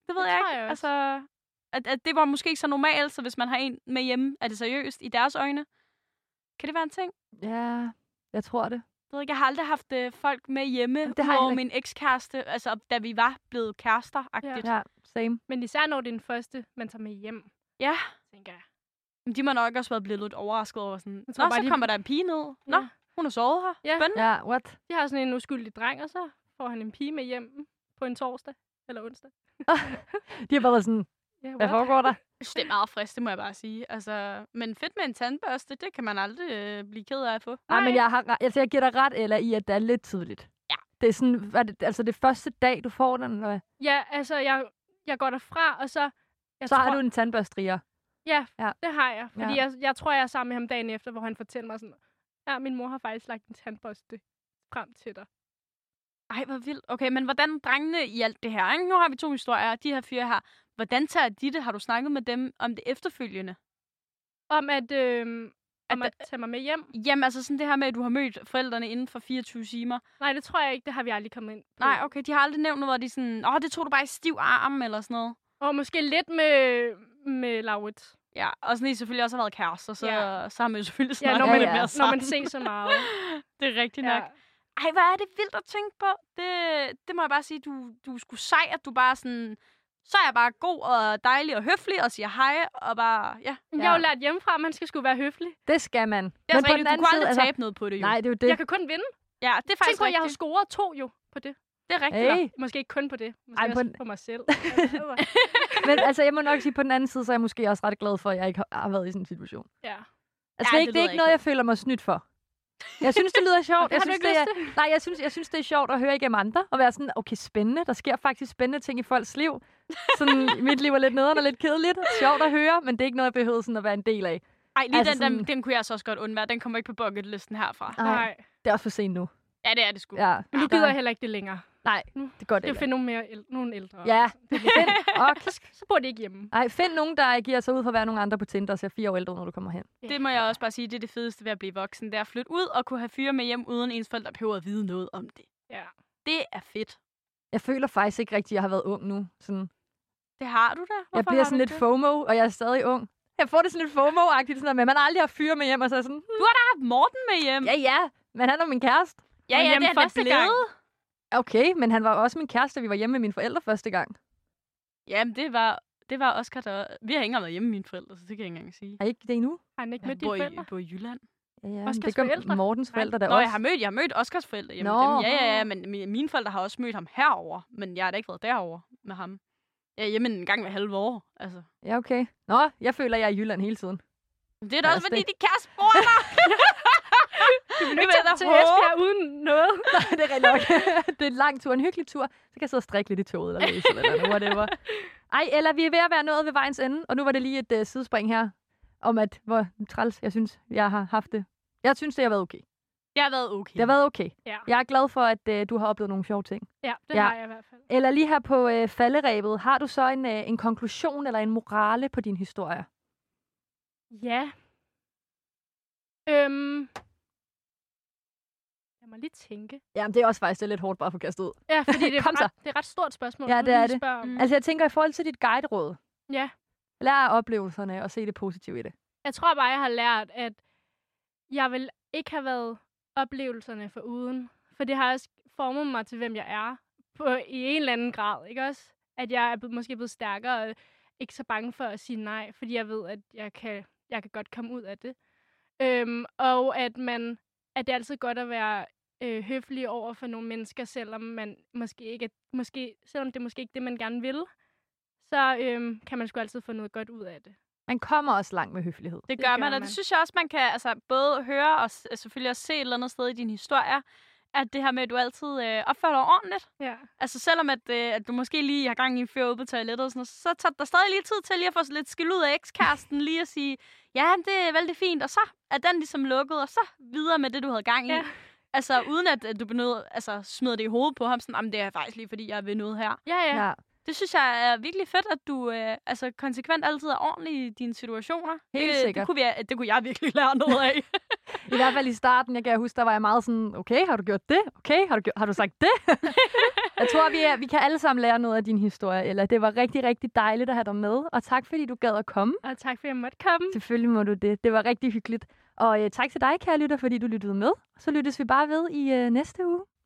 [SPEAKER 1] Det ved
[SPEAKER 3] Det
[SPEAKER 1] jeg
[SPEAKER 3] tror
[SPEAKER 1] ikke.
[SPEAKER 3] jeg også.
[SPEAKER 1] altså, at, at det var måske ikke så normalt, så hvis man har en med hjemme, er det seriøst i deres øjne. Kan det være en ting?
[SPEAKER 2] Ja, jeg tror det.
[SPEAKER 1] Jeg ved ikke, jeg har aldrig haft øh, folk med hjemme,
[SPEAKER 2] Jamen,
[SPEAKER 1] Jamen,
[SPEAKER 2] det
[SPEAKER 1] det
[SPEAKER 2] har jeg
[SPEAKER 1] hvor
[SPEAKER 2] heller
[SPEAKER 1] min ekskæreste, altså da vi var blevet kærester ja.
[SPEAKER 2] Ja, same.
[SPEAKER 3] Men især når det er den første, man tager med hjem,
[SPEAKER 1] ja.
[SPEAKER 3] tænker jeg.
[SPEAKER 1] Men de må nok også være blevet lidt overrasket over sådan, Nå,
[SPEAKER 3] tror bare,
[SPEAKER 1] så
[SPEAKER 3] de-
[SPEAKER 1] kommer der en pige ned. Nå,
[SPEAKER 3] Ja.
[SPEAKER 1] hun har sovet her.
[SPEAKER 3] Ja.
[SPEAKER 1] Spændende.
[SPEAKER 2] Ja, what?
[SPEAKER 3] De har sådan en uskyldig dreng, og så får han en pige med hjem på en torsdag eller onsdag.
[SPEAKER 2] De har bare været sådan,
[SPEAKER 3] Ja,
[SPEAKER 2] hvad
[SPEAKER 3] what?
[SPEAKER 2] foregår der?
[SPEAKER 1] Jeg synes, det er meget frisk, det må jeg bare sige. Altså, men fedt med en tandbørste, det kan man aldrig øh, blive ked af at få.
[SPEAKER 2] Nej, men
[SPEAKER 3] Nej.
[SPEAKER 2] jeg, har, re- altså, jeg giver dig ret, eller i, at det er lidt tidligt.
[SPEAKER 1] Ja.
[SPEAKER 2] Det er sådan, er det, altså det første dag, du får den, eller hvad?
[SPEAKER 3] Ja, altså, jeg, jeg går derfra, og så... Jeg
[SPEAKER 2] så
[SPEAKER 3] tror,
[SPEAKER 2] har du en tandbørstriger.
[SPEAKER 3] Ja,
[SPEAKER 2] Ja.
[SPEAKER 3] ja, det har jeg. Fordi
[SPEAKER 2] Ja.
[SPEAKER 3] ja. jeg, jeg tror, jeg er sammen med ham dagen efter, hvor han fortæller mig sådan, ja, min mor har faktisk lagt en tandbørste frem til dig.
[SPEAKER 1] Ej, hvor vildt. Okay, men hvordan drengene i alt det her, ikke? nu har vi to historier, de her fyre her. Hvordan tager de det? Har du snakket med dem om det efterfølgende?
[SPEAKER 3] Om at, øh, om
[SPEAKER 1] At
[SPEAKER 3] at tage mig med hjem.
[SPEAKER 1] Jamen, altså sådan det her med, at du har mødt forældrene inden for 24 timer.
[SPEAKER 3] Nej, det tror jeg ikke. Det har vi aldrig kommet ind på.
[SPEAKER 1] Nej, okay, de har aldrig nævnt noget, hvor de er sådan, åh, det tog du bare i stiv arm, eller sådan noget.
[SPEAKER 3] Og måske lidt med, med Laurits.
[SPEAKER 1] Ja, og sådan, I selvfølgelig også har været kærester, så,
[SPEAKER 3] Ja.
[SPEAKER 1] ja. så har man jo selvfølgelig
[SPEAKER 3] Ja,
[SPEAKER 1] snakket
[SPEAKER 3] når
[SPEAKER 2] Ja,
[SPEAKER 3] man,
[SPEAKER 1] lidt
[SPEAKER 2] ja.
[SPEAKER 1] mere
[SPEAKER 3] når
[SPEAKER 1] sammen.
[SPEAKER 3] man ser så meget.
[SPEAKER 1] Det er rigtigt
[SPEAKER 3] ja.
[SPEAKER 1] nok. Ej, hvor er det vildt at tænke på. Det, det må jeg bare sige, du, du er sgu sej, at du bare sådan, så er jeg bare god og dejlig og høflig og siger hej, og bare, ja.
[SPEAKER 3] Men Jeg har jo
[SPEAKER 2] Ja.
[SPEAKER 3] lært hjemmefra, at man skal sgu være høflig.
[SPEAKER 2] Det skal man.
[SPEAKER 1] Det er altså rigtigt, du kunne aldrig altså... tabe noget på det, jo.
[SPEAKER 2] Nej, det er jo det.
[SPEAKER 3] Jeg kan kun vinde.
[SPEAKER 1] Ja, det er
[SPEAKER 3] Tænk
[SPEAKER 1] faktisk
[SPEAKER 3] på, at
[SPEAKER 1] rigtigt.
[SPEAKER 3] jeg har scoret to jo på det.
[SPEAKER 1] Det er rigtigt.
[SPEAKER 2] hey.
[SPEAKER 1] Hey.
[SPEAKER 3] Måske ikke kun på det. Måske
[SPEAKER 2] Ej,
[SPEAKER 3] Ej,
[SPEAKER 2] på
[SPEAKER 3] også
[SPEAKER 2] en-
[SPEAKER 3] på, på mig selv.
[SPEAKER 2] Men altså, jeg må nok sige, på den anden side, så er jeg måske også ret glad for, at jeg ikke har har været i sådan en situation.
[SPEAKER 3] ja.
[SPEAKER 2] Altså,
[SPEAKER 1] Ja,
[SPEAKER 2] det, er ikke,
[SPEAKER 1] det
[SPEAKER 2] det er
[SPEAKER 1] lyder
[SPEAKER 2] ikke
[SPEAKER 1] ikke
[SPEAKER 2] noget,
[SPEAKER 1] godt.
[SPEAKER 2] jeg føler mig snydt for. Jeg synes, det lyder sjovt.
[SPEAKER 3] Det
[SPEAKER 2] Jeg
[SPEAKER 3] har du
[SPEAKER 2] synes,
[SPEAKER 3] ikke
[SPEAKER 2] det
[SPEAKER 3] lyst
[SPEAKER 2] er,
[SPEAKER 3] til.
[SPEAKER 2] nej, jeg synes, jeg synes, det er sjovt at høre igennem andre, og være sådan, okay, spændende. Der sker faktisk spændende ting i folks liv. Sådan, mit liv er lidt nederen og lidt kedeligt. Sjovt at høre, men det er ikke noget, jeg behøver sådan at være en del af.
[SPEAKER 1] Ej, lige
[SPEAKER 2] Altså
[SPEAKER 1] altså den, den,
[SPEAKER 2] sådan-
[SPEAKER 1] den, kunne jeg så også godt undvære. Den kommer ikke på bucketlisten herfra.
[SPEAKER 2] Ej.
[SPEAKER 3] Nej.
[SPEAKER 2] Det er også for sent nu.
[SPEAKER 1] Ja, det er det sgu.
[SPEAKER 2] Ja,
[SPEAKER 3] Men nu gider jeg heller ikke det længere.
[SPEAKER 2] Nej, det er godt.
[SPEAKER 3] Det er jo finde nogle, mere, æl- nogle ældre.
[SPEAKER 2] Ja, find, og kisk.
[SPEAKER 3] Så bor det ikke hjemme.
[SPEAKER 2] Ej, find nogen, der giver sig ud for at være nogen andre på Tinder og ser fire år ældre, ud, når du kommer hen.
[SPEAKER 1] Det må jeg også bare sige, det er det fedeste ved at blive voksen. Det er at flytte ud og kunne have fyre med hjem, uden ens forældre behøver at vide noget om det.
[SPEAKER 3] Ja.
[SPEAKER 1] Det er fedt.
[SPEAKER 2] Jeg føler faktisk ikke rigtigt, at jeg har været ung nu. Sådan,
[SPEAKER 1] Det har du da. Hvorfor
[SPEAKER 2] jeg bliver
[SPEAKER 1] har
[SPEAKER 2] sådan
[SPEAKER 1] du
[SPEAKER 2] lidt
[SPEAKER 1] det?
[SPEAKER 2] FOMO, og jeg er stadig ung. Jeg får det sådan lidt FOMO-agtigt, sådan at man aldrig har fyre med hjem, og så er jeg sådan, hmm,
[SPEAKER 1] Jeg har Morten med hjem.
[SPEAKER 2] ja, ja, men han er min kæreste.
[SPEAKER 1] ja, ja
[SPEAKER 3] hjem
[SPEAKER 1] det er han da
[SPEAKER 3] første gang.
[SPEAKER 1] blevet.
[SPEAKER 2] Okay, men han var også min kæreste, da vi var hjemme med mine forældre første gang.
[SPEAKER 1] Jamen, det var, det var Oscar, der... Vi har ikke engang været hjemme med mine forældre, så det kan jeg ikke engang sige.
[SPEAKER 2] Har I ikke det endnu?
[SPEAKER 3] Har han ikke
[SPEAKER 1] Jeg
[SPEAKER 3] mødt dine
[SPEAKER 1] bor i,
[SPEAKER 3] forældre?
[SPEAKER 1] jeg bor i Jylland.
[SPEAKER 2] Ja,
[SPEAKER 3] Oscars
[SPEAKER 2] det gør
[SPEAKER 3] forældre?
[SPEAKER 2] Mortens forældre der
[SPEAKER 1] Nå,
[SPEAKER 2] også.
[SPEAKER 1] jeg har mødt, jeg har mødt Oscars forældre hjemme
[SPEAKER 2] Nå.
[SPEAKER 1] Nå. dem. Ja, ja, ja, men mi- mine forældre har også mødt ham herover, men jeg har da ikke været derover med ham. Jeg er hjemme en gang hver halve år, altså.
[SPEAKER 2] Ja, okay. Nå, jeg føler, jeg er i Jylland hele tiden.
[SPEAKER 1] Det er da også,
[SPEAKER 2] Ja, altså,
[SPEAKER 1] fordi
[SPEAKER 2] det-
[SPEAKER 1] de kæreste bor der.
[SPEAKER 3] Du vil
[SPEAKER 1] Det
[SPEAKER 3] ikke
[SPEAKER 1] vil jeg
[SPEAKER 3] tage
[SPEAKER 1] da
[SPEAKER 3] til
[SPEAKER 1] håbe.
[SPEAKER 3] Esbjerg uden noget.
[SPEAKER 2] Nej, det er rigtig nok. det er en lang tur, en hyggelig tur. Så kan jeg sidde og strikke lidt i toget eller læse eller noget, whatever. Ej, eller vi er ved at være nået ved vejens ende, og nu var det lige et uh, sidespring her, om at, hvor træls jeg synes, jeg har haft det. Jeg synes, det har været okay.
[SPEAKER 1] Jeg har været okay.
[SPEAKER 2] Det har været okay.
[SPEAKER 3] Ja.
[SPEAKER 2] Jeg er glad for, at uh, du har oplevet nogle sjove ting.
[SPEAKER 3] Ja, det
[SPEAKER 2] Ja.
[SPEAKER 3] har jeg i hvert fald.
[SPEAKER 2] Eller lige her på øh, falderæbet, har du så en, øh, en konklusion eller en morale på din historie?
[SPEAKER 3] Ja. Øhm. Jeg må lige tænke.
[SPEAKER 2] Jamen, det er også faktisk det er lidt hårdt bare at få kastet ud.
[SPEAKER 3] Ja, fordi det er,
[SPEAKER 2] Kom
[SPEAKER 3] et
[SPEAKER 2] så.
[SPEAKER 3] ret, det er et ret stort spørgsmål.
[SPEAKER 2] Ja,
[SPEAKER 3] du
[SPEAKER 2] det er
[SPEAKER 3] lige
[SPEAKER 2] det.
[SPEAKER 3] spørger om.
[SPEAKER 1] Mm.
[SPEAKER 2] Altså, jeg tænker i forhold til dit guideråd.
[SPEAKER 3] Ja.
[SPEAKER 2] Lær af oplevelserne og se det positive i det.
[SPEAKER 3] Jeg tror bare, jeg har lært, at jeg vil ikke have været oplevelserne for uden. For det har også formet mig til, hvem jeg er. På, I en eller anden grad, ikke også? At jeg er blevet, måske blevet stærkere og ikke så bange for at sige nej, fordi jeg ved, at jeg kan, jeg kan godt komme ud af det. Øhm, og at, man, at det er altid godt at være øh, høflig over for nogle mennesker, selvom, man måske ikke er, måske, selvom det måske ikke er det, man gerne vil. Så øhm, kan man sgu altid få noget godt ud af det.
[SPEAKER 2] Man kommer også langt med høflighed.
[SPEAKER 1] Det gør man, og det synes jeg også, man kan altså, både høre og s- selvfølgelig også se et eller andet sted i dine historier, at det her med, at du altid øh, opfører dig ordentligt.
[SPEAKER 3] Ja.
[SPEAKER 1] Altså selvom at, øh, at du måske lige har gang i en fyr ude på toilettet og sådan noget, så tager der stadig lige tid til lige at få sådan lidt skil ud af ekskæresten, lige at sige, ja, det er vældig fint, og så er den ligesom lukket, og så videre med det, du havde gang i.
[SPEAKER 3] Ja.
[SPEAKER 1] Ja. Altså uden at, at du benød, altså, smider det i hovedet på ham, sådan, "Jamen, det er faktisk lige, fordi jeg vil noget her.
[SPEAKER 3] Ja, ja.
[SPEAKER 2] Ja,
[SPEAKER 1] Det synes jeg er virkelig fedt, at du øh, altså, konsekvent altid er ordentlig i dine situationer.
[SPEAKER 2] Helt
[SPEAKER 1] det,
[SPEAKER 2] sikkert.
[SPEAKER 1] Det kunne, vi, det kunne jeg virkelig lære noget af.
[SPEAKER 2] I hvert fald i starten, jeg kan huske, der var jeg meget sådan, okay, har du gjort det? Okay, har du, gjort, har du sagt det? jeg tror, vi, er, vi kan alle sammen lære noget af din historie, eller det var rigtig, rigtig dejligt at have dig med, og tak fordi du gad at komme.
[SPEAKER 3] Og tak for, at jeg måtte komme.
[SPEAKER 2] Selvfølgelig må du det. Det var rigtig hyggeligt. Og øh, tak til dig, kære lytter, fordi du lyttede med. Så lyttes vi bare ved i øh, næste uge.